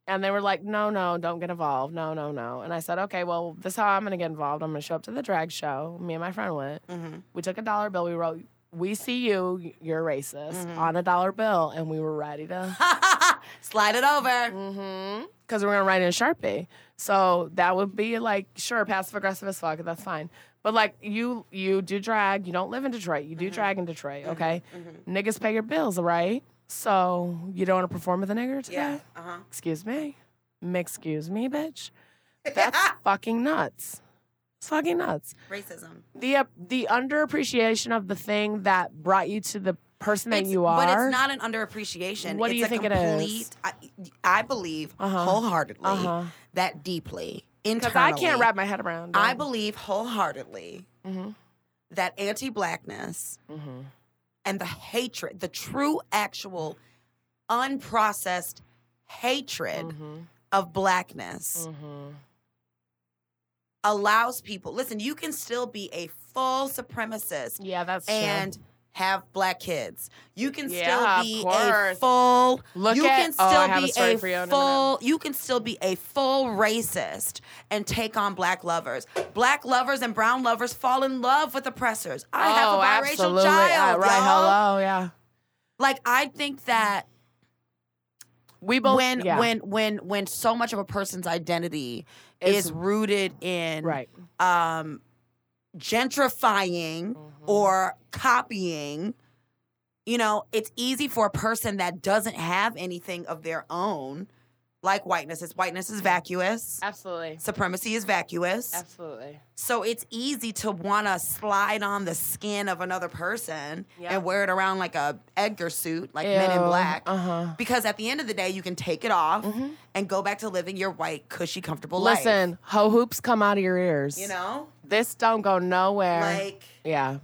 And they were like, no, no, don't get involved. No, no, no. And I said, okay, well, this is how I'm going to get involved. I'm going to show up to the drag show. Me and my friend went.
Mm-hmm.
We took a dollar bill. We wrote, we see you, you're racist,
Mm-hmm.
on a dollar bill. And we were ready to.
Slide it over.
Mm-hmm. Because we're gonna write in Sharpie. So that would be like, sure, passive aggressive as fuck. That's fine. But like you you do drag, you don't live in Detroit. You do
Mm-hmm.
drag in Detroit, okay? Niggas pay your bills, right? So you don't wanna perform with a nigger today?
Yeah. Uh huh.
Excuse me. Excuse me, bitch. That's fucking nuts. It's fucking nups.
Racism.
The uh, the underappreciation of the thing that brought you to the person that
It's-
you are.
But it's not an underappreciation.
What do
It's
you
a
think it is?
complete, I, I believe
Uh-huh.
wholeheartedly
Uh-huh.
that deeply
because
internally.
I can't wrap my head around.
I
it.
believe wholeheartedly
Mhm.
that anti-blackness
Mhm.
and the hatred, the true, actual, unprocessed hatred
Mhm.
of blackness,
Mhm.
allows people. Listen, you can still be a full supremacist
Yeah, that's
and have black kids. You can
Yeah,
still
of
be a
course.
full.
Look
you
at-
can still
oh, I have
be
a story for you in a minute.
full. You can still be a full racist and take on black lovers. Black lovers and brown lovers fall in love with oppressors. I have a biracial child,
Oh, right?
y'all.
Hello, yeah.
Like I think that
We both
when
yeah,
when when when so much of a person's identity
It's-
is rooted in
right.
um, gentrifying or copying. You know, it's easy for a person that doesn't have anything of their own, like whiteness. It's whiteness is vacuous.
Absolutely,
Supremacy is vacuous.
absolutely.
So it's easy to want to slide on the skin of another person
Yeah.
and wear it around like a Edgar suit, like Men in Black.
Uh huh.
Because at the end of the day, you can take it off and go back to living your white, cushy, comfortable life.
Listen, ho hoops come out of your ears.
You know?
this don't go nowhere.
Like,
yeah.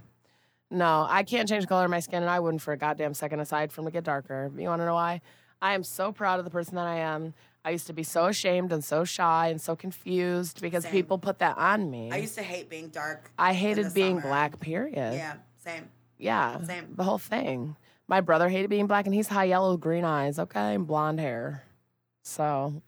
No, I can't change the color of my skin, and I wouldn't for a goddamn second aside from to get darker. You want to know why? I am so proud of the person that I am. I used to be so ashamed and so shy and so confused because
Same.
people put that on me.
I used to hate being dark.
I hated
the
being
summer.
black, period.
Yeah, same.
Yeah.
Same.
The whole thing. My brother hated being black and he's high yellow, green eyes, okay, and blonde hair. So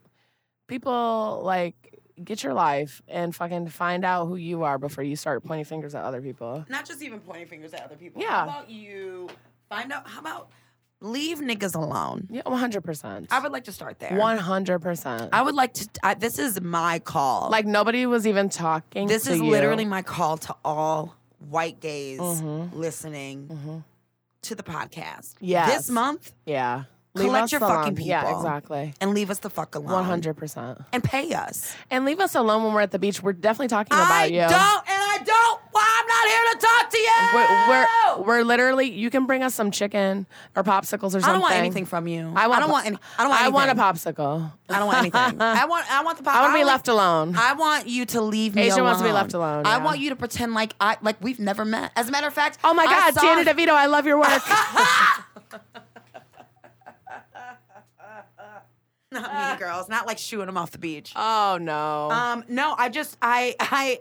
people like get your life and fucking find out who you are before you start pointing fingers at other people.
Not just even pointing fingers at other people.
Yeah.
How about you find out? How about leave niggas alone?
Yeah, 100%.
I would like to start there.
100%.
I would like to. I, this is my call.
like nobody was even talking
this
to
is
you.
literally my call to all white gays
Mhm.
listening
Mhm.
to the podcast.
Yes.
This month
Yeah.
Collect
us
your fucking
alone. Yeah,
people.
exactly.
and leave us the fuck alone.
100%.
And pay us.
And leave us alone when we're at the beach. We're definitely talking
I
about you.
don't, and I don't. Well, I'm not here to talk to you.
We're, we're, we're literally. You can bring us some chicken or popsicles or something.
I don't want anything from you. I,
want
don't
a-
want any. I don't want.
I
anything.
want a popsicle.
I don't want anything. I want. I want the pop.
I want to be
don't-
left alone.
I want you to leave me
Asia
alone.
wants to be left alone,
I
yeah.
want you to pretend like I like we've never met. As a matter of fact,
oh my
I
God,
saw-
Danny DeVito, I love your work.
Not me, girls. Not like shooing them off the beach.
oh no.
Um, no, I just I I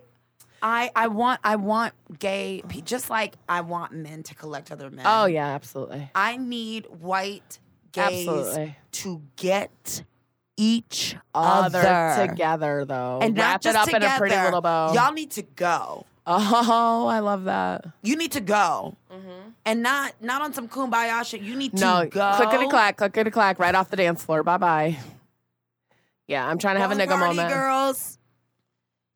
I I want I want gay pe- just like I want men to collect other men.
oh yeah, absolutely.
I need white gays
Absolutely.
to get each
Other
other,
together though,
and
wrap
not just
it up
together.
in a pretty little bow.
Y'all need to go.
oh, I love that.
You need to go, and not not on some kumbaya shit. You need
Mm-hmm. No,
to go.
clickety clack, clickety clack, right off the dance floor. Bye bye. Yeah, I'm trying to have a
Going
nigga
party,
moment.
girls.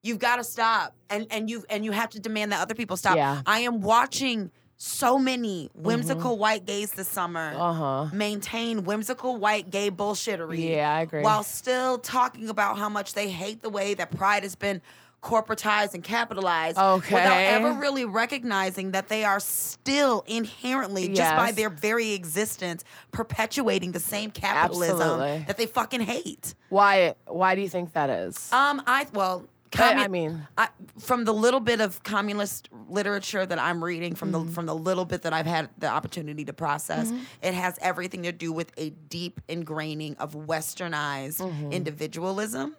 You've got to stop, and and you and you have to demand that other people stop.
Yeah. Mm-hmm.
I am watching so many whimsical white gays this summer
Uh huh.
maintain whimsical white gay bullshittery.
Yeah, I agree.
While still talking about how much they hate the way that pride has been corporatized and capitalized, without
Okay.
ever really recognizing that they are still inherently, just by
Yes.
their very existence, perpetuating the same capitalism
Absolutely.
that they fucking hate.
Why? Why do you think that is?
Um, I well,
I-
commu-
I mean-
I, from the little bit of communist literature that I'm reading, from the from the little bit that I've had the opportunity to process, it has everything to do with a deep ingraining of Westernized individualism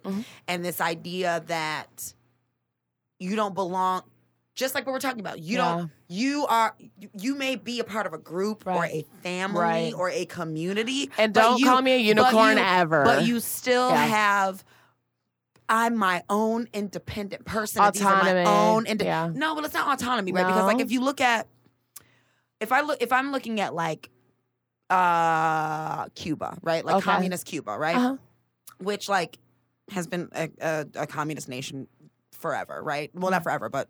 and this idea that you don't belong. Just like what we're talking about, you don't. You are. you- You may be a part of a group or
Right.
a family
Right.
or a community,
And
but
don't
you-
call me a
but
unicorn
you-
ever.
But you still
Yeah.
have I'm my own independent person. and these are
Autonomy,
my own inde-
yeah.
No, but it's not autonomy, right? Because like
No.
if you look at if I look if I'm looking at like uh Cuba, right? Like
Okay.
communist Cuba, right?
Uh-huh.
Which like has been a, a, a communist nation forever, right? Well,
Mm.
not forever, but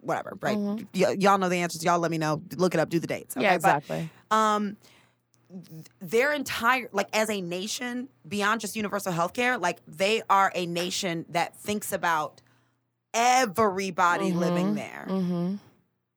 whatever, right? Y- y'all know the answers. Y'all let me know. Look it up. Do the dates.
yeah,
okay? But
exactly.
um th- their entire like as a nation beyond just universal health care like they are a nation that thinks about everybody living there
mm-hmm.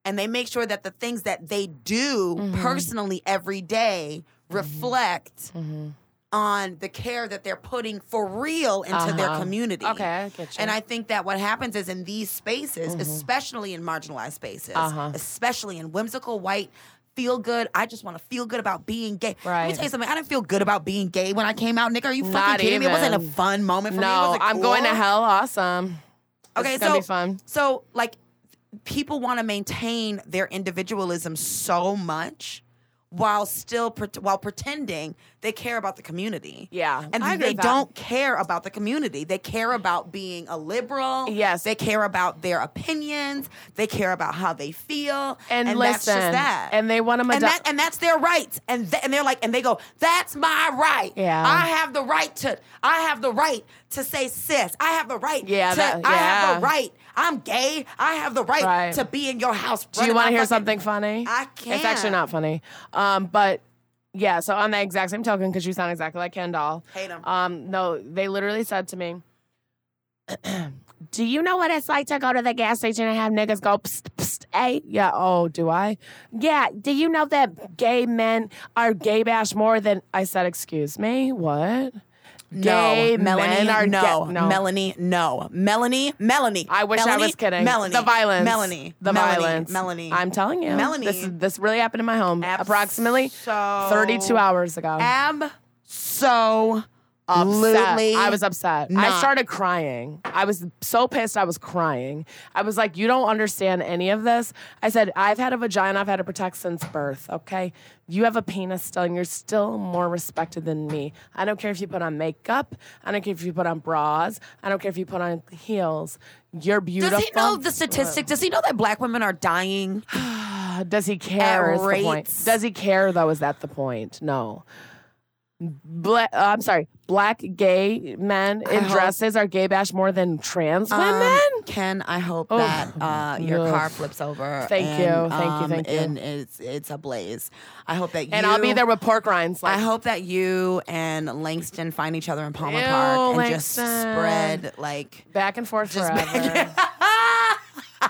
and they make sure that the things that they do
Mm-hmm.
personally every day reflect
Mm-hmm.
on the care that they're putting for real into their
Uh-huh.
community
Okay, I get you.
and I think that what happens is in these spaces, especially in marginalized spaces,
Uh-huh.
especially in whimsical white, feel good. I just want to feel good about being gay. Let me
Right.
tell you something. I didn't feel good about being gay when I came out, Nick. Are you fucking
Not
kidding me? It wasn't a
even.
fun moment for me. It
no,
wasn't
I'm going to
cool.
hell. Awesome.
Okay,
it's gonna
so
be fun.
so like people want to maintain their individualism so much while still pret while pretending they care about the community.
Yeah,
and
I agree
they
with that.
don't care about the community. They care about being a liberal.
Yes.
they care about their opinions. They care about how they feel.
And,
that's
listen,
just that.
and they want to
and that and that's their rights. And th- and they're like and they go, that's my right.
Yeah.
I have the right to. I have the right to say sis. I have the right.
Yeah,
to,
that-
I have
yeah.
the right. I'm gay. I have the right,
Right.
to be in your house.
Do you want to hear something funny?
I
It's actually
can't.
not funny. Um, but yeah, so on the exact same token, because you sound exactly like Ken Doll.
Hate 'em.
Um, no, they literally said to me, Do you know what it's like to go to the gas station and have niggas go, psst, psst, hey? Yeah, oh, do I? Yeah, do you know that gay men are gay bash more than. I said, Excuse me, what? Gay
no, Melanie,
men are
no,
ga- no.
Melanie, no, Melanie, Melanie.
I wish
Melanie,
I was kidding.
Melanie,
The violence.
Melanie,
The
Melanie,
violence.
Melanie.
I'm telling you.
Melanie.
This, is- this really happened in my home
Abs-
approximately
so-
32 hours ago.
am so
upset.
absolutely.
I was upset. I
not.
started crying. I was so pissed. I was crying. I was like, "You don't understand any of this." I said, "I've had a vagina. I've had to protect since birth. Okay, you have a penis still, and you're still more respected than me. I don't care if you put on makeup. I don't care if you put on bras. I don't care if you put on heels. You're beautiful.
Does he know the statistic? Does he know that black women are dying?
Uh, Does he care? Is the point.
rates.
Does he care though? Is that the point? No. Bla- uh, I'm sorry. Black gay men in
hope-
dresses are gay bash more than trans
Um,
women.
Ken, I hope that uh, your
Ugh.
car flips over.
Thank
and, um,
you, thank you, thank you.
And it's it's a blaze. I hope that you
And I'll be there with pork rinds. Like,
I hope that you and Langston find each other in Palmer
Ew,
Park and
Langston.
just spread like
back and forth forever.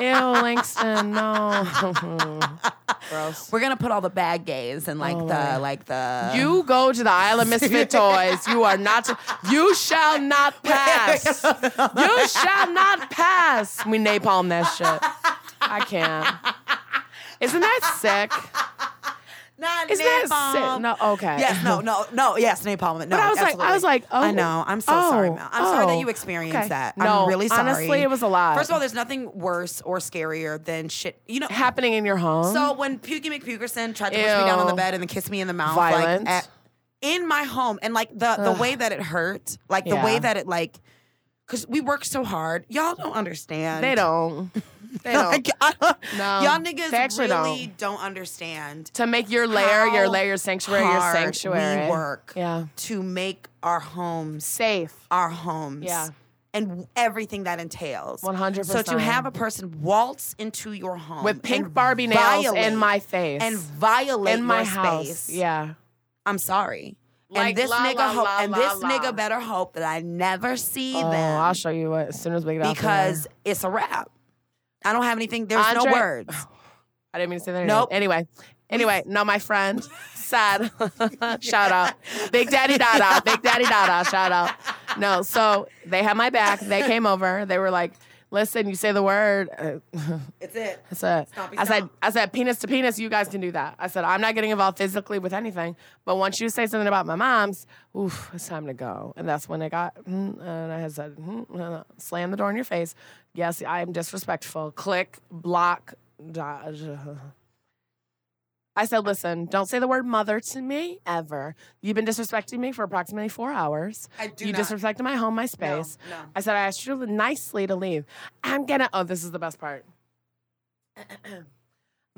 Ew, Langston, no. Gross.
We're gonna put all the bad gays and like the like the
Oh, You go to the Isle of Misfit Toys. You are not. You shall not pass. You shall not pass. We napalm that shit. I can't. Isn't that sick?
Not
Isn't that sick?
napalm.
No. Okay.
Yes, no, no, no. Yes, napalm. No,
But I was like, I was
absolutely.
like, oh,
I know. I'm so sorry,
oh,
Mel. I'm sorry that
oh,
you experienced
okay.
that.
No,
I'm really sorry.
honestly, it was a lot.
First of all, there's nothing worse or scarier than shit. You know,
happening in your home.
so when Pukey McPukerson tried to push me down on the
Mm-hmm. Ew.
bed and then kiss me in the mouth,
Violent.
like at- in my home, and like the the way that it hurt, like the
Yeah.
way that it like, because we work so hard. Y'all don't understand.
they don't. They don't.
Like, I don't-
No,
y'all niggas
they actually
really don't, understand
to make your lair, your
How
lair, your sanctuary, your
hard
sanctuary.
we work
Yeah.
to make our homes
Safe.
our homes.
Yeah.
And everything that entails.
100%.
So to have a person waltz into your home
With pink
and
Barbie nails
violate-
in my face.
and violate
in my
your
house.
space.
Yeah.
I'm sorry.
Like,
and this
la,
nigga
la,
hope,
la,
and
la,
this
la.
nigga better hope that I never see
Oh,
them
I'll show you what as soon as we get out.
because it's a wrap. I don't have anything. There's no
Andre-
words.
I didn't mean to say that.
Nope.
Anyway. Anyway, no, my friend, sad. shout out. Big Daddy Dada. Big Daddy Dada. Shout out. No, so they had my back. They came over. They were like, listen, you say the word. Uh,
it's it.
I said,
Stompy
I said,
stomp.
I said, penis to penis, you guys can do that. I said, I'm not getting involved physically with anything, but once you say something about my mom's, oof, it's time to go. And that's when I got, mm, and I had said, mm, uh, slam the door in your face. Yes, I am disrespectful. Click, block, dodge. I said, listen, don't say the word mother to me ever. You've been disrespecting me for approximately four hours.
I do
You
not.
disrespected my home, my space.
no.
I said, I asked you nicely to leave. I'm gonna, oh, this is the best part.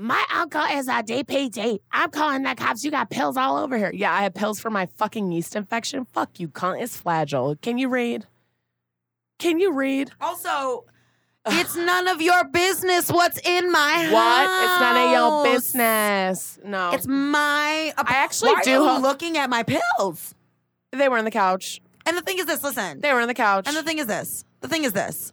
My uncle is a DPD. I'm calling the cops. You got pills all over here. Yeah, I had pills for my fucking yeast infection. Fuck you, cunt. It's flagell. Can you read? Can you read?
Also,
It's none of your business what's in my house.
What? It's none of your business. No.
It's my.
I actually
Why
do
Are you
hope-
looking at my pills.
they were on the couch.
And the thing is this. Listen.
They were on the couch.
And the thing is this. The thing is this.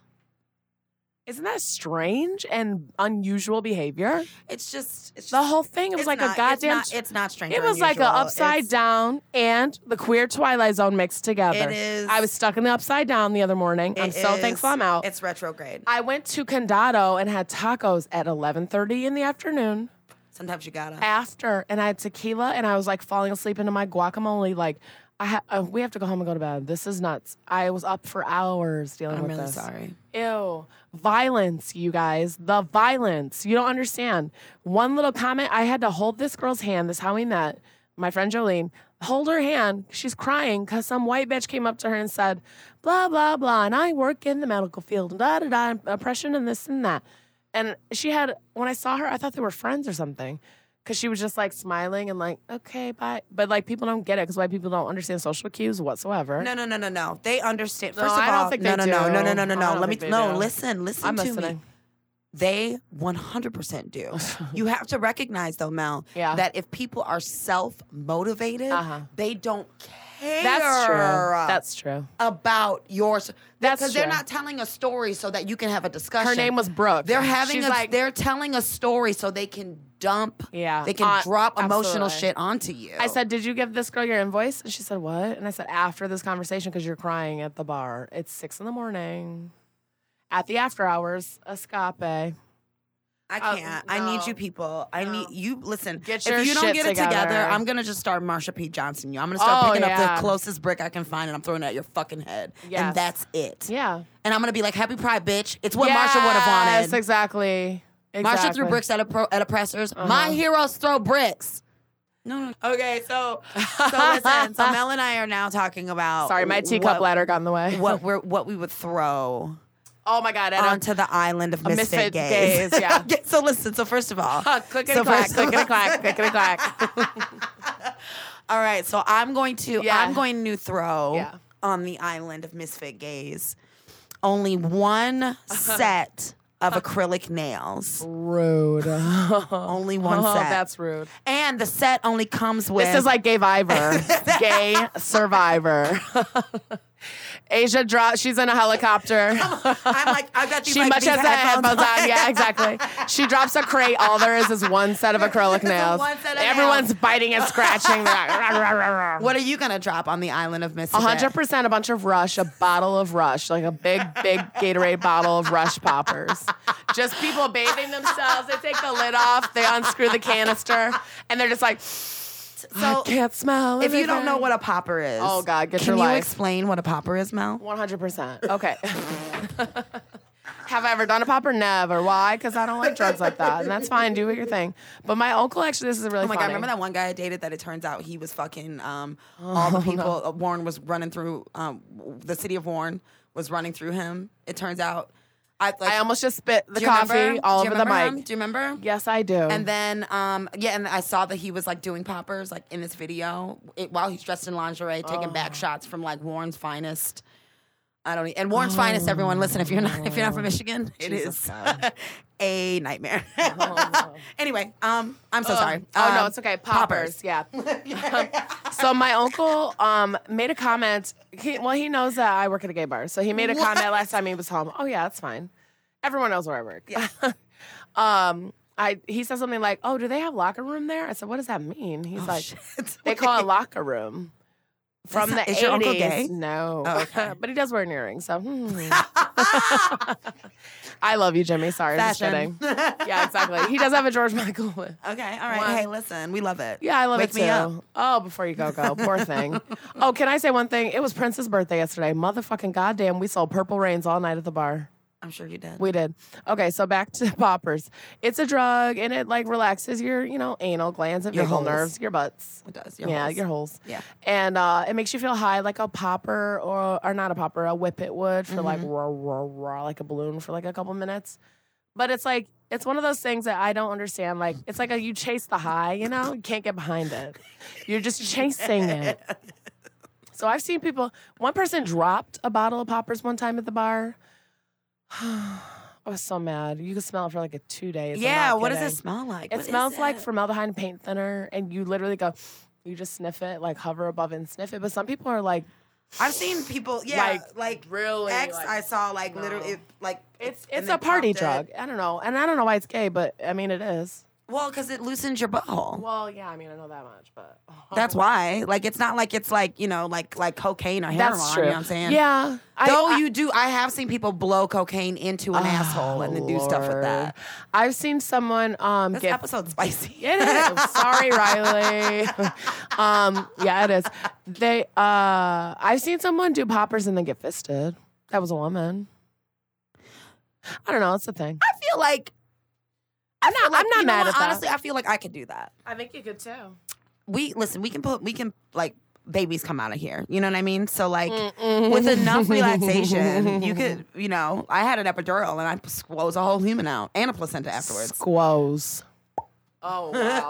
Isn't that strange and unusual behavior?
it's just it's
The
just-
whole thing. It was
it's
like
not-
a goddamn.
It's not, it's not strange.
It
or
was like a
unusual.
upside
It's-
down and the queer Twilight Zone mixed together.
It is-
I was stuck in the upside down the other morning. I'm
it
so
is-
thankful I'm out.
It's retrograde.
I went to Condado and had tacos at 11:30 in the afternoon.
Sometimes you gotta.
After and I had tequila and I was like falling asleep into my guacamole. Like I ha- uh, we have to go home and go to bed. This is nuts. I was up for hours dealing
I'm
with
really
this.
sorry.
Ew. Violence, you guys. The violence. You don't understand. One little comment I had to hold this girl's hand. This is how we met. My friend Jolene. Hold her hand. She's crying because some white bitch came up to her and said, blah, blah, blah. And I work in the medical field and da da da, and oppression and this and that. And she had, when I saw her, I thought they were friends or something. Cause she was just like smiling and like, okay, bye. But like people don't get it because white people don't understand social cues whatsoever.
No, no, no, no, no. They understand.
No,
First of
I don't
all,
think
no, no,
they
no,
do.
no, no, no, no,
I
no.
don't
Let me
think they
no.
do.
Listen. Listen
I'm
to
listening.
me. They 100% do. you have to recognize, though, Mel,
Yeah.
that if people are self motivated,
Uh-huh.
they don't care
That's true.
uh,
That's true.
about yours.
That's
because they're
true.
not telling a story so that you can have a discussion.
Her name was Brooke.
They're having
She's
a,
like,
they're telling a story so they can dump.
Yeah.
They can
Uh,
drop emotional
absolutely.
shit onto you.
I said, "Did you give this girl your invoice?" And she said, "What?" And I said, "After this conversation, because you're crying at the bar. It's six in the morning. At the after hours, escape.
I
Oh,
can't. I need
no.
you people. I need you. Listen,
Get your
if you don't
shit
get it together,
together.
I'm gonna just start Marsha P. Johnson. You. I'm gonna start
Oh,
picking
yeah.
up the closest brick I can find and I'm throwing it at your fucking head.
Yes.
And that's it.
Yeah.
And I'm gonna be like, Happy Pride, bitch. It's what Marsha would have wanted.
Yes, exactly.
Marsha
Exactly.
threw bricks at, oppro- at oppressors. My heroes throw bricks.
No, no. Uh-huh. Okay, so so listen. So Mel and I are now talking about.
Sorry, my teacup
what,
ladder got in the way.
What we're what we would throw
Oh my god, Edna.
onto the island of misfit,
misfit
gays.
gays, yeah.
okay, so listen. So first of all,
clickety
so
clack,
first of all-
clickety clack, clickety clack.
All right, so I'm going to
Yeah.
I'm going to throw
Yeah.
on the island of misfit gays only one set of acrylic nails.
Rude.
Only one
oh,
set.
that's rude.
and the set only comes with
This is like Gay Viver. Gay Survivor. Asia draw. She's in a helicopter.
I'm like, I've got these.
She
like,
much
these
has that headphones on. Yeah,
Yeah.
exactly. She drops a crate. All there is is one set of acrylic
It's a
nails.
one set of
Everyone's
nails.
biting and scratching. They're like, "Rah, rah, rah, rah."
What are you gonna drop on the island of Mississippi?
A hundred percent, a bunch of Rush, a bottle of Rush, like a big, big Gatorade bottle of Rush poppers. Just people bathing themselves. They take the lid off. They unscrew the canister, and they're just like, I
So
can't smell.
if you don't know
everything."
what a popper is,
Oh, God, get
can
your
you
life.
explain what a popper is, Mel?
One hundred percent. Okay. Have I ever done a popper? Never. Why? Because I don't like drugs like that, and that's fine. Do your thing. But my uncle actually, this is really.
Oh my
funny.
god! Remember that one guy I dated that it turns out he was fucking um, all the people. uh, Warren was running through um, w- the city of Warren was running through him. It turns out, I like
I almost just spit the
do you remember?
coffee
Do
all
you
over the
remember
mic.
him? Do you remember?
Yes, I do.
And then, um, yeah, and I saw that he was like doing poppers like in this video it, while he's dressed in lingerie, taking back shots from like Warren's finest. I don't. e- And Warren's finest, everyone, listen. If you're not, if you're not from Michigan, it
Jesus
is
God.
a nightmare. anyway, um, I'm so sorry.
Oh no,
Um,
it's okay. Poppers, yeah. so my uncle um made a comment. He, well, he knows that I work at a gay bar, so he made a comment last time he was home. Oh yeah, that's fine. Everyone knows where I work. um, I he said something like, "Oh, do they have locker room there?" I said, "What does that mean?" He's like,
Oh, shit.
Oh, "They call it locker room." From
That's
the
not- is your uncle
80s.
gay?
No,
Oh, okay.
but he does wear an earring, so. hmm. I love you, Jimmy. Sorry, I'm just
Fashion.
kidding. Yeah, exactly. He does have a George Michael. lip.
Okay, all right.
One.
Hey, listen, we love it.
Yeah, I love
Wake
it
me
too.
up.
Oh, before you go, go. Poor thing. Oh, can I say one thing? It was Prince's birthday yesterday. Motherfucking goddamn, we sold Purple Rains all night at the bar.
I'm sure you did.
We did. Okay, so back to poppers. It's a drug, and it like relaxes your, you know, anal glands and
Your
vagal
holes.
nerves, your butts.
It does. Your
yeah,
holes.
your holes.
Yeah.
and uh, it makes you feel high, like a popper or or not a popper, a whippet would for
Mm-hmm.
like rah, rah, rah, like a balloon for like a couple minutes. But it's like it's one of those things that I don't understand. Like it's like a, you chase the high, you know, you can't get behind it. You're just chasing it. So I've seen people. One person dropped a bottle of poppers one time at the bar. I was so mad. You could smell it for like a two days. I'm
Yeah.
not
What does it
kidding.
smell like?
It
What is
smells like
it?
formaldehyde and paint thinner, and you literally go, you just sniff it, like hover above it and sniff it. But some people are like,
I've seen people. Yeah.
Like,
Like,
really,
Ex,
like,
I saw like
no.
literally it, like
it's
and
it's
they
a party
popped it.
drug. I don't know, and I don't know why it's gay, but I mean it is.
Well, because it loosens your butthole.
Well, yeah, I mean I know that much, but
That's why. Like it's not like it's like you know like like cocaine or heroin.
that's
You
true.
know what I'm saying?
Yeah, I-
Though
I-
you do, I have seen people blow cocaine into an asshole and then do stuff with that.
Lord. I've seen someone um
This
get
episode's spicy.
It is. Sorry, Riley. um, yeah, it is. They uh I've seen someone do poppers and then get fisted. That was a woman. I don't know, it's a thing.
I feel like
I'm not I'm not
you know
mad
what?
at
Honestly,
that.
I feel like I could do that.
I think you could too.
We listen. We can put. We can like babies come out of here. You know what I mean? So like. With enough relaxation, you could, you know, I had an epidural and I squoze a whole human out and a placenta afterwards.
Squoze. Oh wow.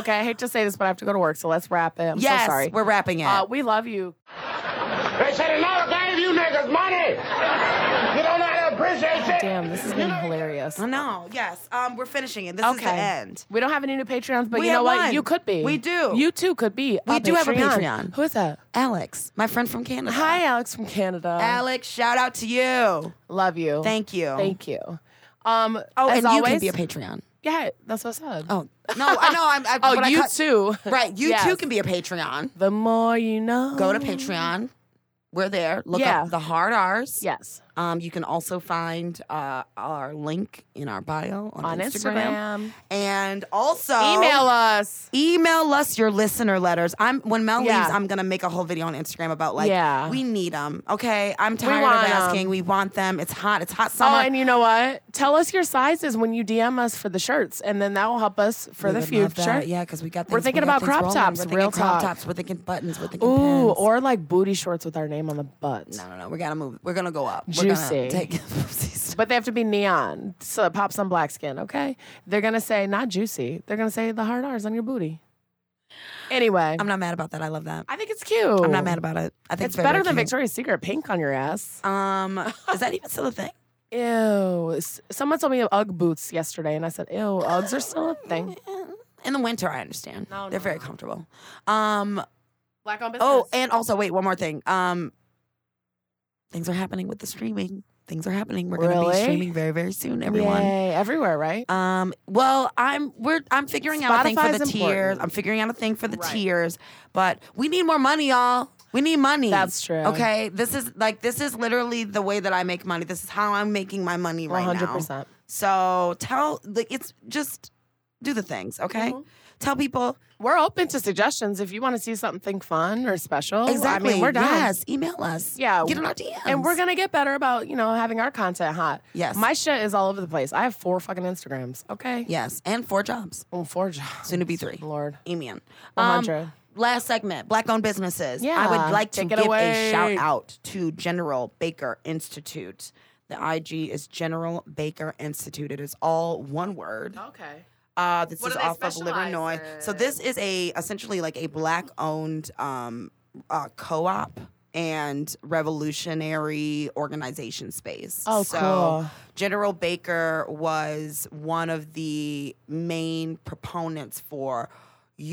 okay, I hate to say this, but I have to go to work, so let's wrap it. I'm
yes,
so sorry.
we're wrapping it.
uh, we love you.
They said enough gave you niggas money. You don't know how to appreciate shit.
Damn, this has been hilarious.
I know. Oh, Yes. Um, we're finishing it. This is the
Okay.
end.
We don't have any new Patreons, but
We
you know
have
what?
one.
You could be.
We do.
You too could be.
We do have a Patreon.
Who is that?
Alex, my friend from Canada.
Hi, Alex from Canada.
Alex. Shout out to you.
Love you.
Thank you.
Thank you. Um,
Oh,
as
and
always,
you can be a Patreon.
yeah, that's what I said.
Oh no, I know. I'm. I,
Oh,
but I
you
cut-
too.
Right, you
Yes.
too can be a Patreon.
The more you know.
Go to Patreon. We're there. Look
Yeah.
up the hard R's.
Yes,
Um, you can also find uh, our link in our bio on,
on Instagram.
and also
Email us.
email us your listener letters. I'm when Mel
Yeah.
leaves, I'm gonna make a whole video on Instagram about like
Yeah.
we need them. Okay, I'm tired of
want um, 'em.
asking. We want them. It's hot. It's hot
Oh,
summer.
and you know what? Tell us your sizes when you DM us for the shirts, and then that will help us for
We
the
would love
future.
that. Yeah, because we got. Things,
Oh, We're thinking
we got
about
things
crop
rolling.
tops,
We're thinking
real
crop
talk.
tops. We're thinking buttons. We're thinking
Ooh,
pins.
or like booty shorts with our name on the butt.
no, no, no. We gotta move. We're gonna go up.
Juicy.
We're gonna take.
But they have to be neon, so it pops on black skin, okay? They're gonna say not juicy. They're gonna say the hard R's on your booty. Anyway,
I'm not mad about that. I love that.
I think it's cute.
I'm not mad about it. I think
It's better than
Victoria.
Victoria's Secret pink on your ass.
Um, is that even still a thing?
Ew. S- Someone told me of Ugg boots yesterday, and I said, ew, Uggs are still a thing.
In the winter, I understand.
No,
They're
no,
very
no.
comfortable. Um,
Black on business.
Oh, and also wait, one more thing. Um, things are happening with the streaming. Things are happening. We're going to
Really?
be streaming very, very soon, everyone.
Yay, everywhere, right?
Um, well, I'm we're I'm figuring out a thing for the
Spotify's
tiers.
important.
I'm figuring out a thing for the
Right.
tiers, but we need more money, y'all. We need money.
That's true.
Okay, this is like this is literally the way that I make money. This is how I'm making my money right
One hundred
now.
percent.
So tell like it's just do the things, okay?
Mm-hmm.
Tell people
We're open to suggestions if you want to see something fun or special.
exactly.
I mean, we're down.
Yes, email us.
Yeah.
get in our DMs.
And we're gonna get better about you know having our content hot.
Yes.
my shit is all over the place. I have four fucking Instagrams. Okay,
yes, and four jobs
Oh, four jobs.
soon to be three.
Lord,
Amen. Um,
100.
last segment, black owned businesses. I
Yeah,
would like to
take it
give a
away.
shout out to General Baker Institute. The IG is General Baker Institute. It is all one word.
okay.
Uh, this
What
is
do they
off of
specialize
Livernois. So this is a essentially like a black owned um, uh, co op and revolutionary organization space.
Oh,
so
cool.
General Baker was one of the main proponents for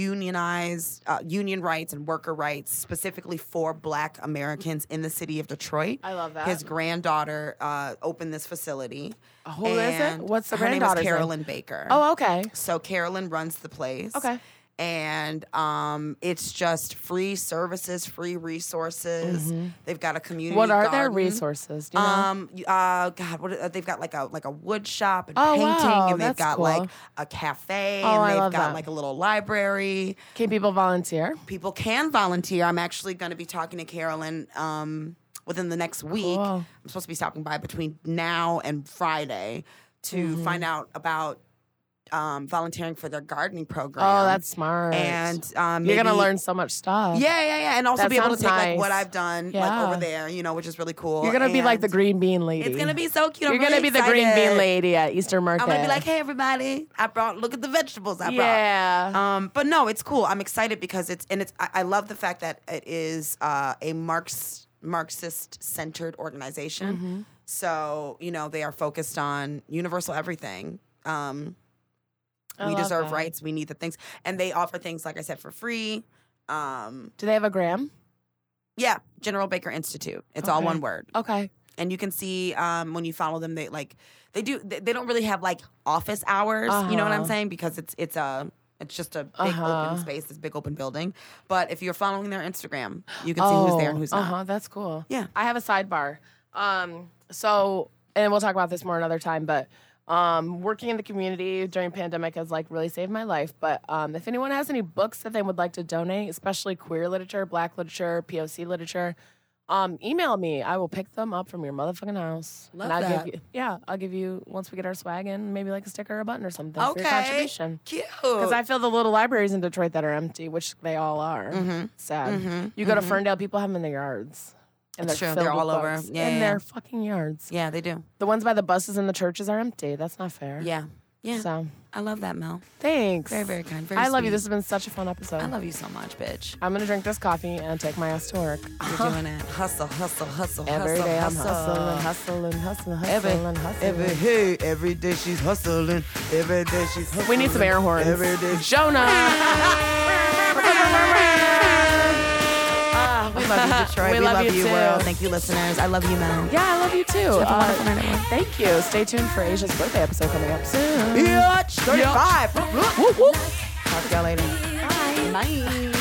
unionized uh, union rights and worker rights specifically for black Americans in the city of Detroit.
I love that.
His granddaughter uh, opened this facility.
Who is it?
and
What's the
her name is
granddaughter's name?
Carolyn Baker.
Oh, okay.
So Carolyn runs the place.
Okay.
And um, it's just free services, free resources. They've got a community.
Mm-hmm. What are their
garden.
resources? Do you know?
Um. you- Uh. God. What? are- They've got like a like a wood shop and
Oh,
painting,
wow,
and they've
that's
got
cool.
like a cafe,
Oh,
and
I
they've
love
got
that.
like a little library.
Can people volunteer?
People can volunteer. I'm actually going to be talking to Carolyn. Um. Within the next week,
Cool.
I'm supposed to be stopping by between now and Friday to
Mm-hmm.
find out about um, volunteering for their gardening program.
Oh, that's smart.
and um,
you're gonna
maybe-
learn so much stuff.
Yeah, yeah, yeah, and also
That
be able to
sounds
take like what
nice.
I've done
Yeah.
like over there, you know, which is really cool.
you're gonna be like the
And
green bean lady.
It's gonna be so cute. I'm
You're gonna
really
be the green bean
excited.
lady at Easter market.
I'm gonna be like, hey everybody, I brought look at the vegetables I brought.
yeah.
Um, but no, it's cool. I'm excited because it's and it's I, I love the fact that it is uh, a Marx Marxist centered organization.
Mm-hmm.
So you know they are focused on universal everything. Um,
I
we
love
deserve
that.
rights. We need the things, and they offer things like I said for free. Um,
Do they have a gram?
yeah, General Baker Institute. It's all
Okay.
one word.
Okay.
and you can see um, when you follow them they like they do they, they don't really have like office hours you know what i'm
Uh-huh.
saying because it's it's a it's just a big
Uh-huh.
open space this big open building but if you're following their instagram you can see who's there and who's
uh
not
huh. That's cool.
Yeah.
I have a sidebar. Um. So, and we'll talk about this more another time, but. Um, working in the community during pandemic has like really saved my life. But um, if anyone has any books that they would like to donate, especially queer literature, Black literature, POC literature, um, email me. I will pick them up from your motherfucking house.
Love
I'll
that.
Give you, yeah, I'll give you once we get our swag in, maybe like a sticker or a button or something for your
Okay.
contribution.
cute
Because I feel the little libraries in Detroit that are empty, which they all are.
Mm-hmm.
Sad. You go to Ferndale, people have them in their yards. And
That's
they're
true. They're
filled with
all over.
books.
Yeah,
in
yeah, yeah.
their fucking yards.
yeah they do
The ones by the buses and the churches are empty. That's not fair.
yeah yeah
So
i love that mel
thanks.
very very kind very
I love you.
sweet.
This has been such a fun episode.
i love you so much bitch
I'm gonna drink this coffee and take my ass to work.
you're doing it hustle hustle hustle
Every
hustle
day I'm
hustle
hustling, hustling, hustling,
Every-
hustling, hustling.
Every hey, every day she's hustling. Every day she's hustling.
we need some air horns.
Every day
Jonah.
Ah, we love you detroit
We
we,
love
love,
you
you
too.
world thank you listeners i love you mel
Yeah, I love you too.
a wonderful
Uh,
night, everyone.
thank you. Stay tuned for Asia's birthday episode coming up soon.
Bitch, 35
Woo, woo.
talk to y'all later bye bye